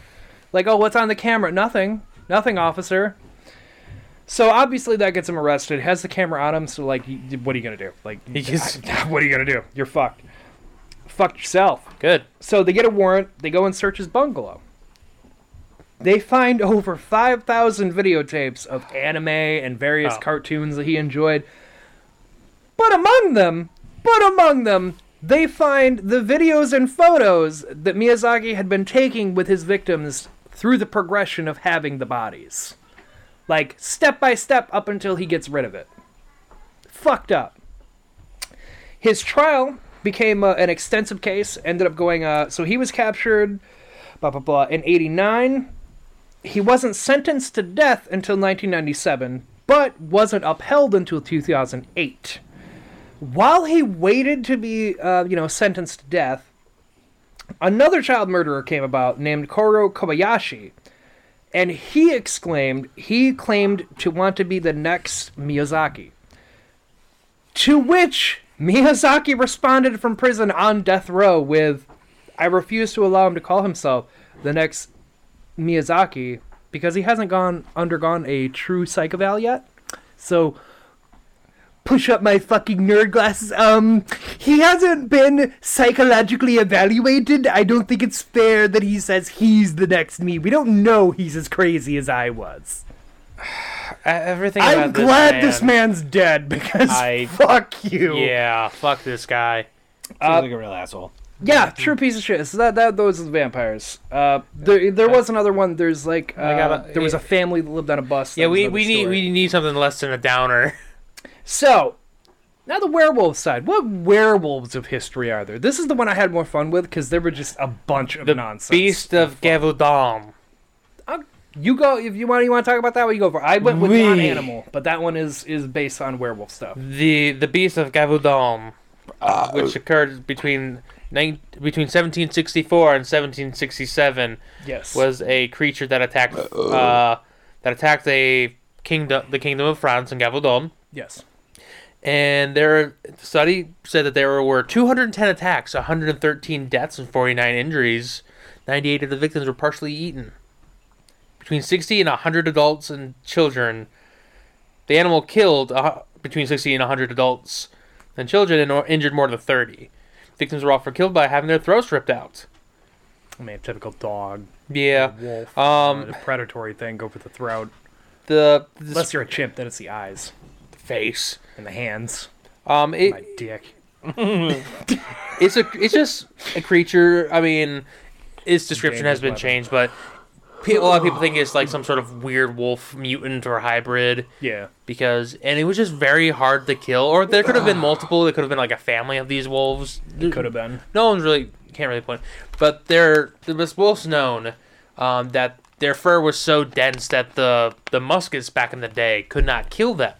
C: Like, oh, what's on the camera? Nothing. Nothing, officer. So obviously that gets him arrested. Has the camera on him. So like, y- what are you gonna do? Like,
D: He gets-
C: what are you gonna do? You're fucked. Fucked yourself.
D: Good.
C: So they get a warrant. They go and search his bungalow. They find over 5,000 videotapes of anime and various
D: Oh.
C: cartoons that he enjoyed. But among them, but among them, they find the videos and photos that Miyazaki had been taking with his victims through the progression of having the bodies. Like, step by step up until he gets rid of it. Fucked up. His trial became uh, an extensive case, ended up going, uh, so he was captured, blah, blah, blah, in 89 he wasn't sentenced to death until 1997, but wasn't upheld until 2008. While he waited to be, uh, you know, sentenced to death, another child murderer came about named Koro Kobayashi, and he exclaimed he claimed to want to be the next Miyazaki. To which Miyazaki responded from prison on death row with, "I refuse to allow him to call himself the next Miyazaki because he hasn't gone undergone a true psychoval yet. So push up my fucking nerd glasses. Um he hasn't been psychologically evaluated. I don't think it's fair that he says he's the next me. We don't know he's as crazy as I was.
D: E-, Everything.
C: I'm
D: about this
C: glad
D: man-
C: this man's dead because
D: I-
C: fuck you.
D: Yeah, fuck this guy.
C: Uh, like
K: a real asshole.
C: Yeah, true piece of shit. So that, that those are the vampires. Uh, there, there was another one. There's like uh,
D: I gotta-
C: there was a family that lived on a bus.
D: Yeah,
C: That was
D: we,
C: another
D: we need
C: story.
D: we need something less than a downer.
C: So, now the werewolf side. What werewolves of history are there? This is the one I had more fun with because there were just a bunch of nonsense.
D: Beast of Gavudam.
C: You go if you want. You want to talk about that? What you go for? I went with
D: We-
C: non-animal, but that one is is based on werewolf stuff.
D: The the Beast of Gavudam, which occurred between nine, between 1764 and 1767.
C: Yes.
D: was a creature that attacked uh, that attacked a kingdom the kingdom of France in Gavudon.
C: Yes.
D: And their study said that there were 210 attacks, 113 deaths, and 49 injuries. 98 of the victims were partially eaten. Between 60 and 100 adults and children. The animal killed uh, between 60 and 100 adults and children and or- injured more than 30. Victims were often killed by having their throats ripped out.
C: I mean, typical dog.
D: Yeah.
C: Wolf.
D: Um,
C: the predatory thing. Go for the throat.
D: The, the
C: Unless you're a chimp, then it's the eyes,
D: the face,
C: and the hands.
D: Um, it,
C: My dick.
D: it's a it's just a creature. I mean, its description has been
C: Dangerous
D: changed, but pe- a lot of people think it's like some sort of weird wolf mutant or hybrid.
C: Yeah.
D: Because and it was just very hard to kill, or there could have been multiple. There could have been like a family of these wolves.
C: It could have been.
D: No one's really can't really point, but they're it was most known um, that their fur was so dense that the the muskets back in the day could not kill them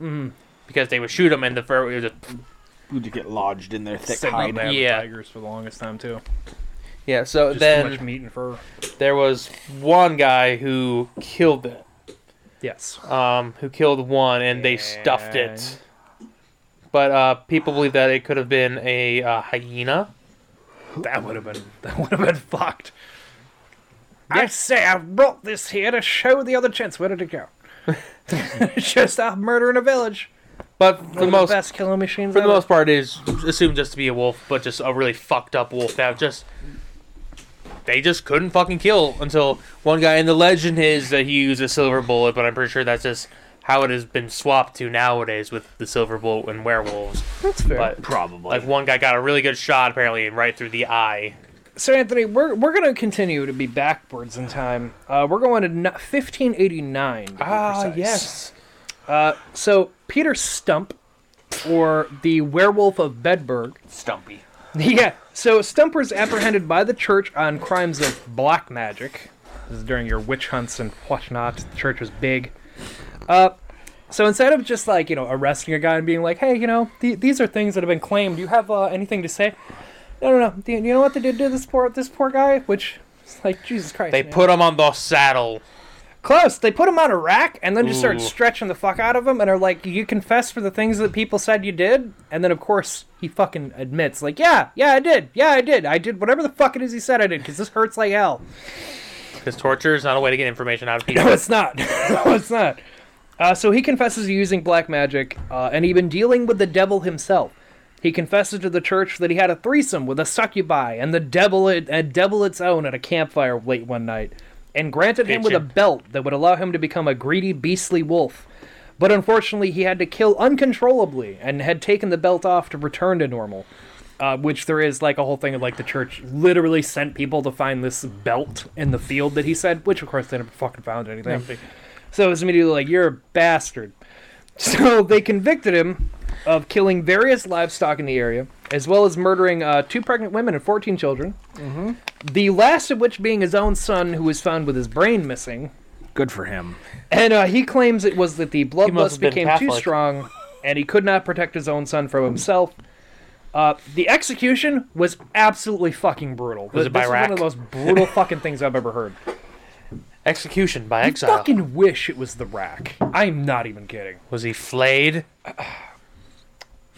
C: Mm.
D: because they would shoot them and the fur would just
K: Would get lodged in their thick
C: Sitting on
K: hide.
C: that
D: Yeah.
C: Tigers for the longest time too.
D: Yeah, so
C: Just
D: then
C: too much meat and fur.
D: there was one guy who killed it.
C: Yes.
D: Um, who killed one, and they stuffed it. But uh, people believe that it could have been a uh, hyena.
C: That would have been that would have been fucked. I say I brought this here to show the other gents where did it go. just a murder in a village.
D: But
C: One
D: for
C: of
D: the most,
C: best killing machines.
D: for the
C: ever.
D: most part, it is assumed just to be a wolf, but just a really fucked up wolf that just they just couldn't fucking kill until one guy. And the legend is that he used a silver bullet, but I'm pretty sure that's just how it has been swapped to nowadays with the silver bullet and werewolves.
C: That's fair.
D: But probably like one guy got a really good shot apparently and right through the eye.
C: so Anthony, we're we're gonna continue to be backwards in time. Uh, we're going to ni- 1589.
D: Ah,
C: yes. Uh, so Peter Stump, or the werewolf of Bedburg,
D: Stumpy.
C: yeah. So Stump was apprehended by the church on crimes of black magic. This is during your witch hunts and whatnot. The church was big. Uh, so instead of just like you know arresting a guy and being like, hey, you know, th- these are things that have been claimed. Do you have uh, anything to say? No, no, no. Do you you know what they did to this poor this poor guy? Which, it's like Jesus Christ.
D: They
C: man.
D: put him on the saddle.
C: Close. They put him on a rack and then just
D: Ooh.
C: started stretching the fuck out of him and are like, "You confess for the things that people said you did," and then of course he fucking admits, like, "Yeah, yeah, I did. Yeah, I did. I did whatever the fuck it is he said I did because this hurts like hell."
D: Because torture is not a way to get information out of people.
C: No, it's not. no, it's not. Uh, so he confesses to using black magic, uh, and he'd been dealing with the devil himself. He confesses to the church that he had a threesome with a succubi and the devil, a devil its own, at a campfire late one night, and granted him with a
D: Bitchin'.
C: belt that would allow him to become a greedy, beastly wolf. But unfortunately, he had to kill uncontrollably and had taken the belt off to return to normal. Uh, which there is like a whole thing of like the church literally sent people to find this belt in the field that he said, which of course they never fucking found anything.
D: Nothing.
C: So it was immediately like, you're a bastard. So they convicted him of killing various livestock in the area, as well as murdering uh, two pregnant women and 14 children.
L: Mm-hmm.
C: The last of which being his own son, who was found with his brain missing.
K: Good for him.
C: And uh, he claims it was that the
K: must
C: bloodlust
K: have been
C: became too
K: Catholic.
C: strong, and he could not protect his own son from himself. Uh, the execution was absolutely fucking brutal.
D: Was it by
C: this is one
D: rack?
C: of the most brutal fucking things I've ever heard.
D: Execution by
C: I
D: exile.
C: fucking wish it was the rack. I'm not even kidding.
D: Was he flayed?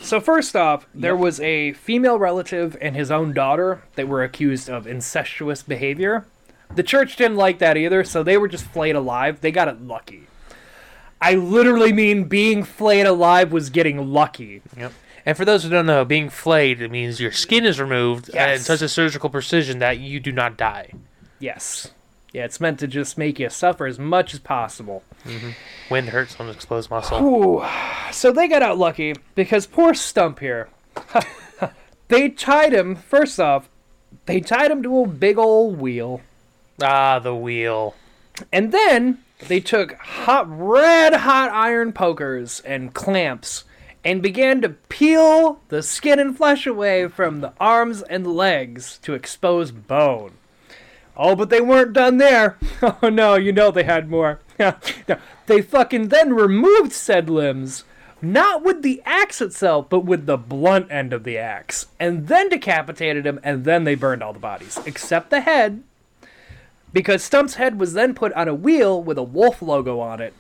C: So first off, there was a female relative and his own daughter that were accused of incestuous behavior. The church didn't like that either, so they were just flayed alive. They got it lucky. I literally mean being flayed alive was getting lucky.
D: Yep. And for those who don't know, being flayed it means your skin is removed and
C: Yes.
D: such a surgical precision that you do not die.
C: Yes. Yeah, it's meant to just make you suffer as much as possible.
D: hmm Wind hurts on an exposed muscle.
C: Ooh. So they got out lucky because poor Stump here. they tied him, first off, they tied him to a big old wheel.
D: Ah, the wheel.
C: And then they took hot, red hot iron pokers and clamps and began to peel the skin and flesh away from the arms and legs to expose bone. Oh, but they weren't done there. Oh no, you know they had more. No, they fucking then removed said limbs, not with the axe itself, but with the blunt end of the axe, and then decapitated him, and then they burned all the bodies, except the head, because Stump's head was then put on a wheel with a wolf logo on it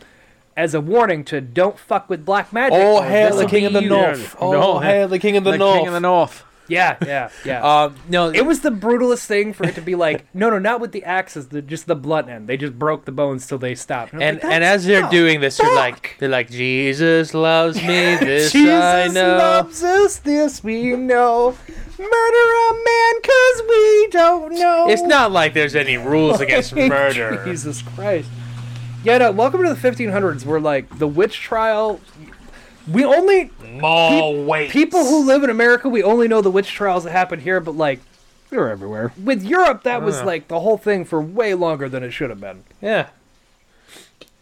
C: as a warning to don't fuck with black magic.
J: All
C: or
J: hail the
C: this'll
J: king of
C: be
J: the
C: you.
J: north. All hail the king of the, north.
C: Yeah, yeah, yeah.
J: Um,
C: no, it was the brutalest thing for it to be like, no, no, not with the axes, the, just the blunt end. They just broke the bones till they stopped. I was
D: And
C: like,
D: and
C: "That's
D: as they're
C: not
D: doing this, you're like they're like Jesus loves me. This I
C: Jesus
D: know.
C: loves us, this we know. Murder a man cause we don't know.
D: It's not like there's any rules against
C: Like,
D: murder.
C: Jesus Christ. Yeah, no, welcome to the 1500s where, like, the witch trial. We only.
D: Mall waits.
C: People who live in America, we only know the witch trials that happened here, but, like. They're everywhere. Uh. With Europe, that was,
D: Yeah.
C: like, the whole thing for way longer than it should have been.
D: Yeah.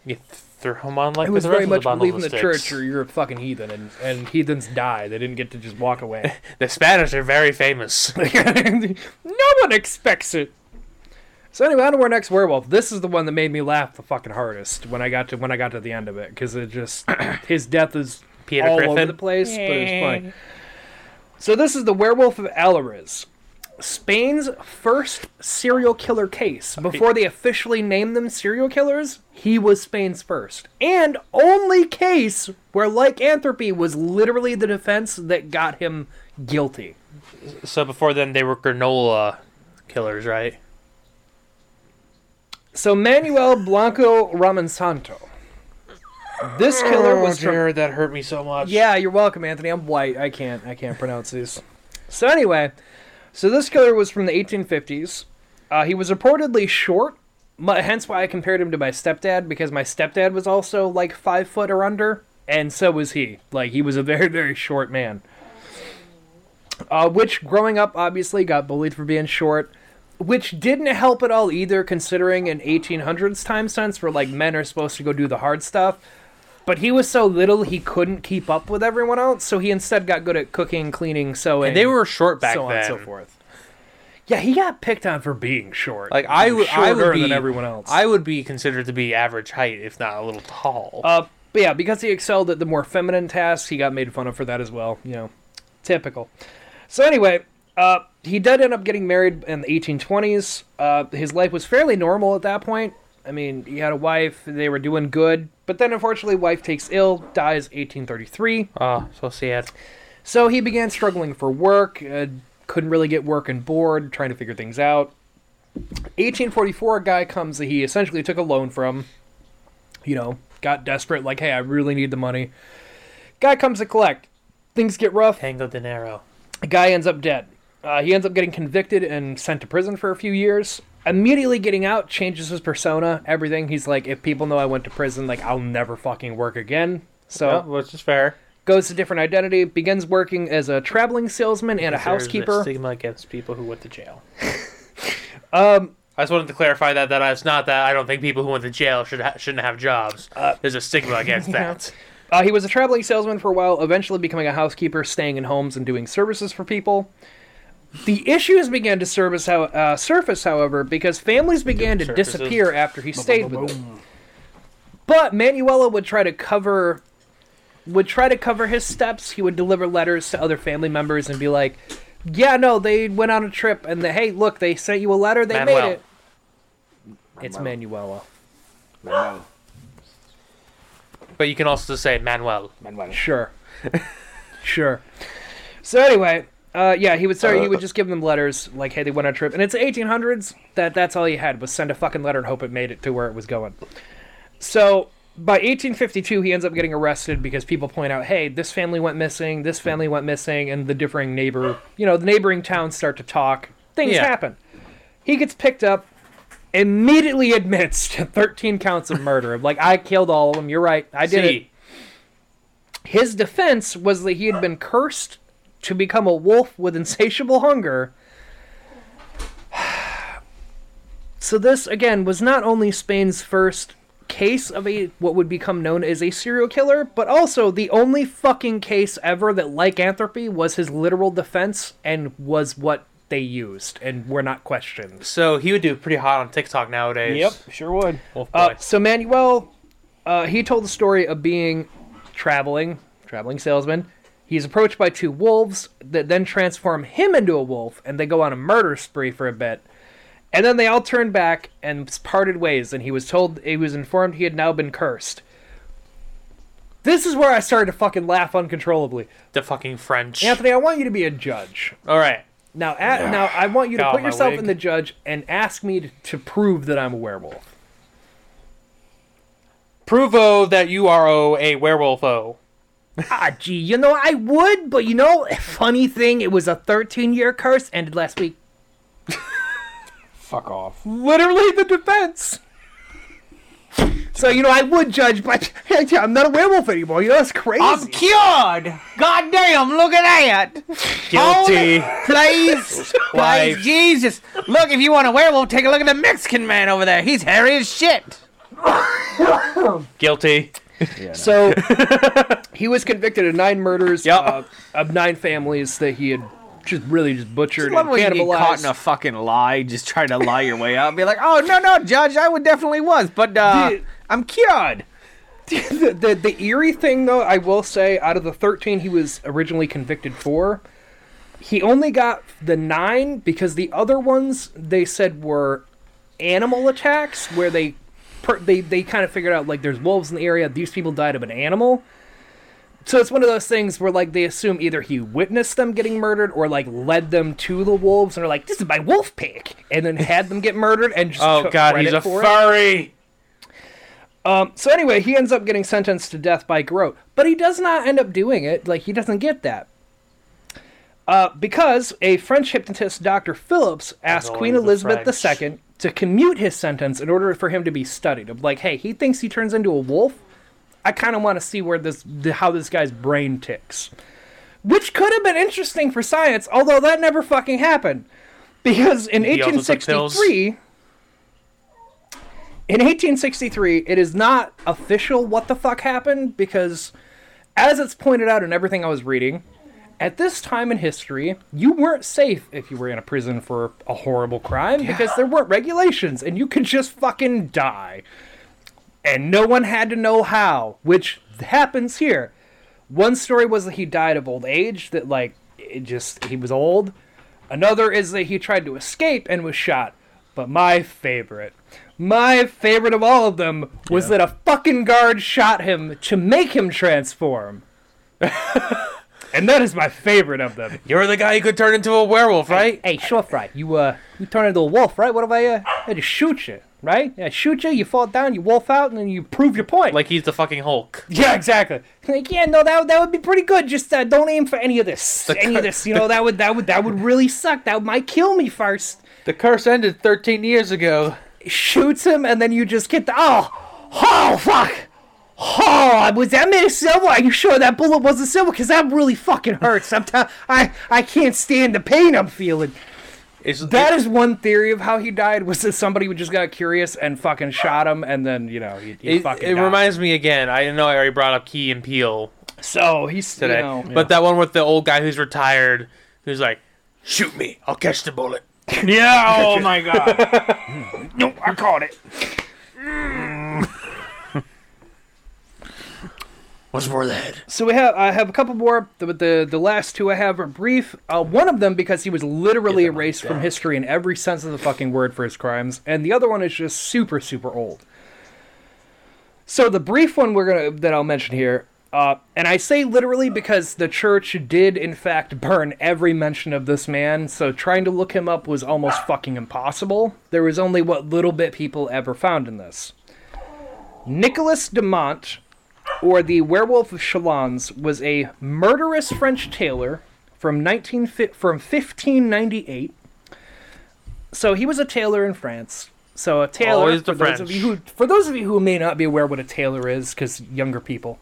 D: You th- throw him on like
C: it was
D: the rest
C: very
D: of the
C: much
D: bundle
C: believe in
D: of
C: the
D: sticks.
C: church or you're a fucking heathen, and, and heathens die. They didn't get to just walk away.
D: The Spanish are very famous.
C: no one expects it. So anyway, on to our next werewolf. This is the one that made me laugh the fucking hardest when I got to when I got to the end of it because it just his death is
D: Peter
C: all over
D: Griffin?
C: the place, but it's
D: Yeah.
C: funny. So this is the werewolf of Alariz, Spain's first serial killer case. Before they officially named them serial killers, he was Spain's first and only case where lycanthropy was literally the defense that got him guilty.
D: so before then, they were granola killers, right?
C: So Manuel Blanco Ramonsanto. This killer was from-
D: dear, that hurt me so much.
C: Yeah, you're welcome, Anthony. I'm white. I can't. I can't pronounce these. So anyway, so this killer was from the 1850s. Uh, he was reportedly short, mu- hence why I compared him to my stepdad because my stepdad was also like five foot or under, and so was he. Like he was a very very short man. Uh, which growing up obviously got bullied for being short. which didn't help at all either, considering in 1800s time sense where like men are supposed to go do the hard stuff. But he was so little he couldn't keep up with everyone else, so he instead got good at cooking, cleaning, sewing.
D: And they were short back
C: so on and so
D: then.
C: forth. Yeah, he got picked on for being short.
D: Like I would, I
C: Shorter
D: would be
C: than everyone else.
D: I would be considered to be average height, if not a little tall.
C: Uh, but yeah, because he excelled at the more feminine tasks, he got made fun of for that as well. You know, typical. So anyway, uh, he did end up getting married in the 1820s. Uh, his life was fairly normal at that point. I mean, he had a wife; they were doing good. But then, unfortunately, wife takes ill, dies 1833.
D: Ah, so sad.
C: So he began struggling for work. Uh, couldn't really get work and bored, trying to figure things out. 1844, a guy comes that he essentially took a loan from you know, got desperate, like, hey, I really need the money. Guy comes to collect. Things get rough.
D: Tango dinero.
C: The guy ends up dead. Uh, he ends up getting convicted and sent to prison for a few years. Immediately getting out changes his persona, everything. He's like, if people know I went to prison, like, I'll never fucking work again. So,
D: Yeah, which is fair.
C: goes to different identity, begins working as a traveling salesman and a
D: Because there's
C: housekeeper.
D: stigma against people who went to jail.
C: Um,
D: I just wanted to clarify that that it's not that I don't think people who went to jail should ha- shouldn't have jobs. There's a stigma against
C: Uh, Yeah.
D: that.
C: Uh, he was a traveling salesman for a while, eventually becoming a housekeeper, staying in homes and doing services for people. The issues began to service how, uh, surface, however, because families began to
D: services.
C: disappear after he stayed with them. But Manuela would try to cover would try to cover his steps. He would deliver letters to other family members and be like, "Yeah, no, they went on a trip, and the, hey, look, they sent you a letter. They
D: Manuel.
C: made it. It's Manuela."
D: But you can also say Manuel.
G: Manuel.
C: Sure. sure. So anyway, uh, yeah, he would sorry, he would just give them letters like, "Hey, they went on a trip," and it's 1800s. That that's all he had was send a fucking letter and hope it made it to where it was going. So by 1852, he ends up getting arrested because people point out, "Hey, this family went missing. This family went missing," and the differing neighbor, you know, the neighboring towns start to talk. Things
D: Yeah.
C: happen. He gets picked up. Immediately admits to 13 counts of murder. Of like, I killed all of them. You're right. I did it.
D: See,
C: His defense was that he had been cursed to become a wolf with insatiable hunger. So this again was not only Spain's first case of a what would become known as a serial killer, but also the only fucking case ever that lycanthropy was his literal defense and was what they used and were not questioned.
D: so he would do pretty hot on TikTok nowadays.
C: Yep,
D: sure would. Wolf boy.
C: Uh, so Manuel, uh, he told the story of being traveling, traveling salesman. He's approached by two wolves that then transform him into a wolf, and they go on a murder spree for a bit. And then they all turned back and parted ways. And he was told, he was informed he had now been cursed. This is where I started to fucking laugh uncontrollably.
D: the fucking French.
C: Anthony, I want you to be a judge.
D: All right.
C: Now, at, now I want you to
D: God,
C: put
D: my
C: yourself
D: wig.
C: in the judge and ask me to, to prove that I'm a werewolf.
D: Provo that you are oh, a werewolf oh.
C: Ah, gee, you know, I would, but you know, funny thing, it was a 13 year curse, ended last week.
E: Fuck off.
C: Literally the defense. So, you know, I would judge, but I'm not a werewolf anymore. You know, that's crazy.
K: I'm cured. God damn, look at that.
D: Guilty.
K: Holy- please,
D: Wife.
K: please, Jesus. Look, if you want a werewolf, take a look at the Mexican man over there. He's hairy as shit.
D: Guilty.
C: So, he was convicted of nine murders uh, of nine families that he had just really just butchered
G: Love
C: and
G: when you get caught
C: cannibalized.
G: in a fucking lie, just trying to lie your way out. Be like, oh no, no, Judge, I would definitely was, but uh,
C: Dude.
G: I'm cured.
C: the, the the eerie thing though, I will say, out of the thirteen he was originally convicted for, he only got the nine because the other ones they said were animal attacks where they per, they they kind of figured out like there's wolves in the area. These people died of an animal. So it's one of those things where like they assume either he witnessed them getting murdered or like led them to the wolves and are like, "This is my wolf pick," and then had them get murdered and just
D: Oh
C: took
D: God, he's
C: credit
D: a
C: for it.
D: furry.
C: Um, so anyway, he ends up getting sentenced to death by garrote, but he does not end up doing it. Like he doesn't get that. Uh, because a French hypnotist, Dr. Phillips, asked
D: always
C: Queen
D: the
C: Elizabeth
D: French.
C: II to commute his sentence in order for him to be studied. Of like, hey, he thinks he turns into a wolf. I kind of want to see where this, the, how this guy's brain ticks, which could have been interesting for science, although that never fucking happened. Because in
D: He also took pills.
C: 1863, in 1863, it is not official what the fuck happened because, as it's pointed out in everything I was reading, at this time in history, you weren't safe if you were in a prison for a horrible crime because there weren't regulations and you could just fucking die. And no one had to know how, which happens here. One story was that he died of old age, that, like, it just, he was old. Another is that he tried to escape and was shot. But my favorite, my favorite of all of them, was that a fucking guard shot him to make him transform. and that is my favorite of them.
D: You're the guy who could turn into a werewolf, right?
C: Hey, sure, Fry. You uh, you turn into a wolf, right? What if I uh, I just shoot you, right? I shoot you, you fall down, you wolf out, and then you prove your point.
D: Like he's the fucking Hulk.
C: Yeah, exactly. Like, yeah, no, that, that would be pretty good. Just uh, don't aim for any of this,
D: The
C: any
D: cur-
C: of this. You know, that would that would that would really suck. That might kill me first.
D: The curse ended 13 years ago.
C: Shoots him, and then you just get the oh, oh fuck, oh was that made of silver? Are you sure that bullet wasn't silver? Because that really fucking hurts. I'm t- I I can't stand the pain I'm feeling.
D: It's,
C: That is one theory of how he died was that somebody just got curious and fucking shot him, and then you know he, he
D: It,
C: fucking.
D: it
C: died.
D: reminds me again. I know I already brought up Key and Peel.
C: So he's
D: today,
C: know,
D: but that one with the old guy who's retired, who's like, "Shoot me, I'll catch the bullet."
G: Yeah, oh my god. nope, I caught it.
D: What's more that?
C: So we have I have a couple more. The the, the last two I have are brief. Uh, one of them because he was literally erased from history in every sense of the fucking word for his crimes, and the other one is just super super old. So the brief one we're gonna that I'll mention here, uh, and I say literally because the church did in fact burn every mention of this man. So trying to look him up was almost fucking impossible. There was only what little bit people ever found in this. Nicholas Demont, or The Werewolf of Chalons, was a murderous French tailor from 19, fi- from 1598. So he was a tailor in France. So a tailor,
D: Always the
C: for, those of you who, for those of you who may not be aware what a tailor is, because younger people,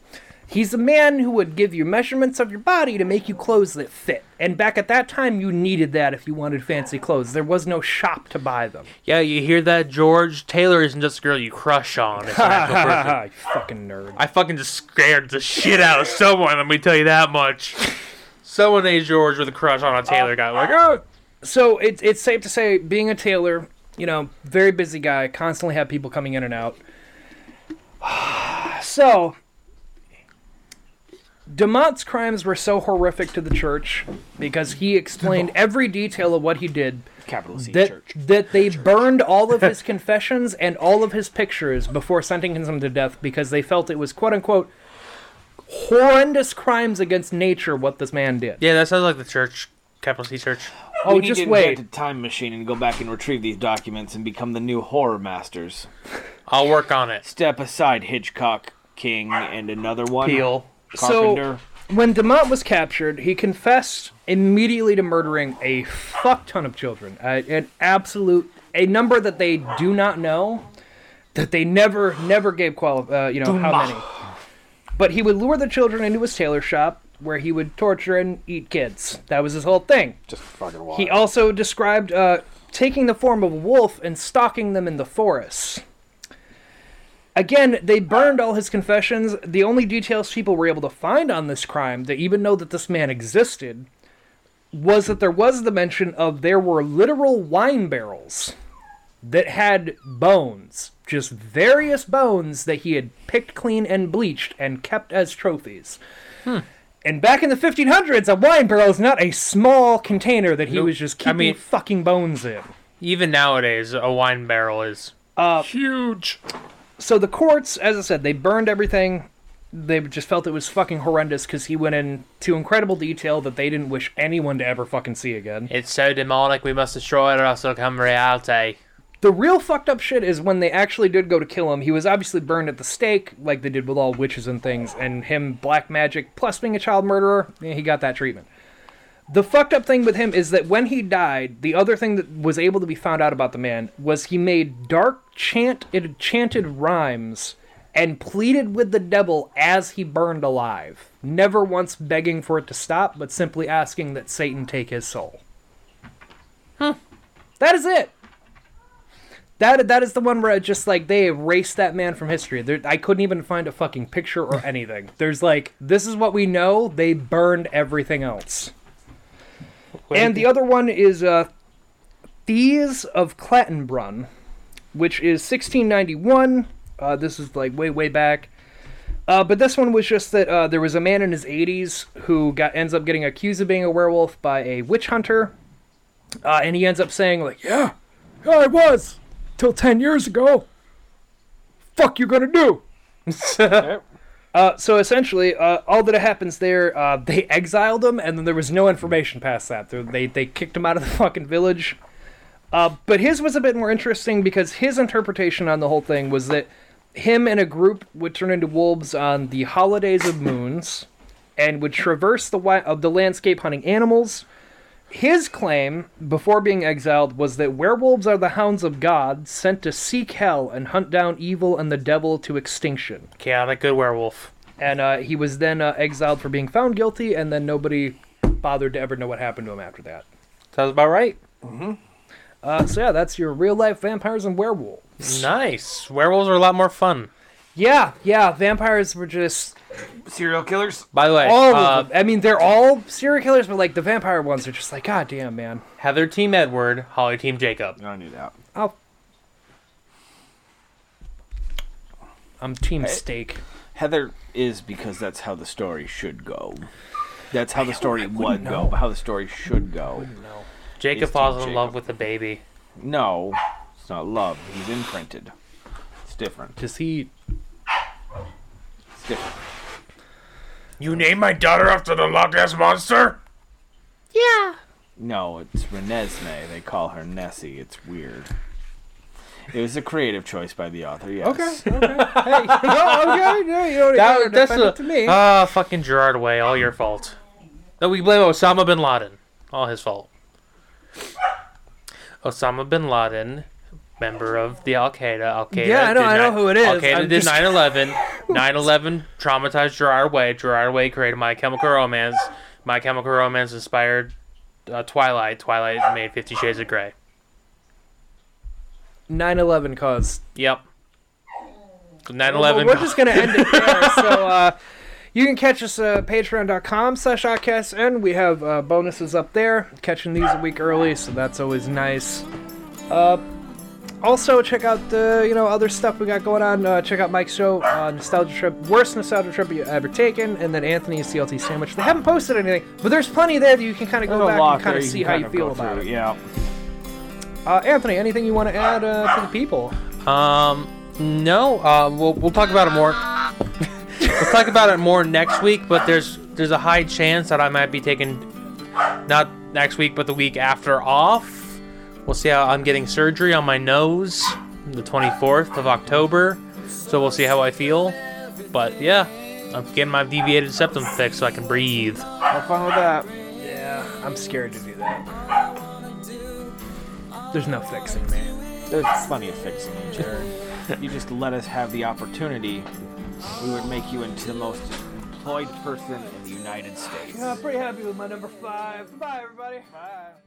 C: he's a man who would give you measurements of your body to make you clothes that fit. And back at that time, you needed that if you wanted fancy clothes. There was no shop to buy them.
D: Yeah, you hear that? George Taylor isn't just a girl you crush on. It's an actual person.
C: you fucking nerd.
D: I fucking just scared the shit out of someone. Let me tell you that much. Someone named George with a crush on a Taylor guy.
C: Uh,
D: Like, oh,
C: So it's it's safe to say, being a tailor, you know, very busy guy, constantly have people coming in and out. so, Demont's crimes were so horrific to the church because he explained every detail of what he did. Capital
G: C,
C: that, That they burned all of his confessions and all of his pictures before sentencing him to death because they felt it was quote unquote horrendous crimes against nature what this man did.
D: yeah, that sounds like the church, capital C church.
C: Oh,
G: we need
C: just
G: to
C: wait.
G: invent a time machine and go back and retrieve these documents and become the new horror masters.
D: I'll work on it.
G: Step aside, Hitchcock, King, and another one.
D: Peel.
G: Carpenter.
C: So, when Demont was captured, he confessed immediately to murdering a fuck ton of children. Uh, an absolute, a number that they do not know, that they never, never gave quali- uh, you know, how
M: Demont.
C: many. But he would lure the children into his tailor shop where he would torture and eat kids. That was his whole thing.
G: Just fucking wild.
C: He also described uh, taking the form of a wolf and stalking them in the forest. Again, they burned all his confessions. The only details people were able to find on this crime that even know that this man existed was that there was the mention of there were literal wine barrels that had bones, just various bones that he had picked clean and bleached and kept as trophies.
D: Hmm.
C: And back in the 1500s, a wine barrel is not a small container that he
D: Nope.
C: was just
D: I
C: keeping
D: mean-
C: fucking bones in.
D: Even nowadays, a wine barrel is.
C: Uh, Huge. So the courts, as I said, they burned everything. They just felt it was fucking horrendous because he went into incredible detail that they didn't wish anyone to ever fucking see again.
D: It's so demonic, we must destroy it or else it'll come reality.
C: The real fucked up shit is when they actually did go to kill him. He was obviously burned at the stake, like they did with all witches and things, and him black magic plus being a child murderer, yeah, he got that treatment. The fucked up thing with him is that when he died, the other thing that was able to be found out about the man was he made dark chant enchanted rhymes and pleaded with the devil as he burned alive, never once begging for it to stop, but simply asking that Satan take his soul. That is it. That that is the one where I just like they erased that man from history. There, I couldn't even find a fucking picture or anything. There's like this is what we know. They burned everything else. Wait. And the other one is uh, Thieves of Clattenbrunn, which is 1691. Uh, this is like way way back. Uh, but this one was just that uh, there was a man in his 80s who got ends up getting accused of being a werewolf by a witch hunter, uh, and he ends up saying like, "Yeah, yeah, I was till 10 years ago. Fuck you gonna do?" uh, so essentially, uh, all that happens there, uh, they exiled him, and then there was no information past that. They they, they kicked him out of the fucking village. Uh, but his was a bit more interesting because his interpretation on the whole thing was that him and a group would turn into wolves on the holidays of moons and would traverse the wi- of the landscape hunting animals his claim before being exiled was that werewolves are the hounds of god sent to seek hell and hunt down evil and the devil to extinction
D: chaotic good werewolf
C: and uh, he was then uh, exiled for being found guilty and then nobody bothered to ever know what happened to him after that
D: sounds about right
C: mm-hmm. uh, so yeah that's your real life vampires and werewolves
D: Nice. Werewolves are a lot more fun.
C: Yeah, yeah. Vampires were just
G: serial killers.
D: By the way,
C: all uh, I mean, they're all serial killers, but like the vampire ones are just like, god damn, man.
D: Heather team Edward, Holly team Jacob.
G: I knew that.
C: Oh, I'm team steak.
G: Heather is because that's how the story should go. That's how the story would go, but how the story should go.
D: Jacob falls in love with the baby.
G: No, it's not love. He's imprinted. It's different.
C: Does he?
G: It's different.
N: You name my daughter after the Loch Ness monster?
G: Yeah. No, it's Renesmee. They call her Nessie. It's weird. It was a creative choice by the author. Yes.
C: Okay. Okay. hey, no, okay. No, you don't
D: That-
C: gotta
D: that's
C: defend
D: a,
C: it to me.
D: Ah, fucking Gerard Way, all your fault. No, we blame Osama bin Laden. All his fault. Osama bin Laden, member of the Al Qaeda. Al Qaeda.
C: Yeah, I know-
D: did
C: I know
D: ni-
C: who it is.
D: Al Qaeda
C: I'm
D: did
C: just-
D: 9/11. 9/11 traumatized Gerard Way. Gerard Way created My Chemical Romance. My Chemical Romance inspired uh, Twilight. Twilight made Fifty Shades of Grey.
C: 9/11 cause.
D: Yep. 9/11.
C: Well, we're just gonna end it there. so uh, you can catch us uh, patreon.com slash and we have uh, bonuses up there. Catching these a week early, so that's always nice. Uh, also check out the you know other stuff we got going on. Uh, check out Mike's show, uh, Nostalgia Trip, worst nostalgia trip you ever taken, and then Anthony's CLT sandwich. They haven't posted anything, but there's plenty there that you can kind of
G: There's
C: go
G: a
C: back
G: lot
C: and kind
G: there
C: of
G: you
C: see
G: can
C: how
G: kind
C: you
G: of
C: feel
G: go
C: about
G: through,
C: it.
G: Yeah.
C: Uh, Anthony, anything you want to add uh, to the people?
D: Um, no. Uh, we'll we'll talk about it more. we'll talk about it more next week. But there's there's a high chance that I might be taking not next week, but the week after off. We'll see how I'm getting surgery on my nose the 24th of October. So we'll see how I feel. But yeah, I'm getting my deviated septum fixed so I can breathe.
G: Have fun with that.
C: Yeah, I'm scared to do that. There's no fixing me.
G: There's plenty of fixing you, Jared. you just let us have the opportunity. We would make you into the most employed person in the United States.
C: I'm pretty happy with my number five. Bye, everybody. Bye.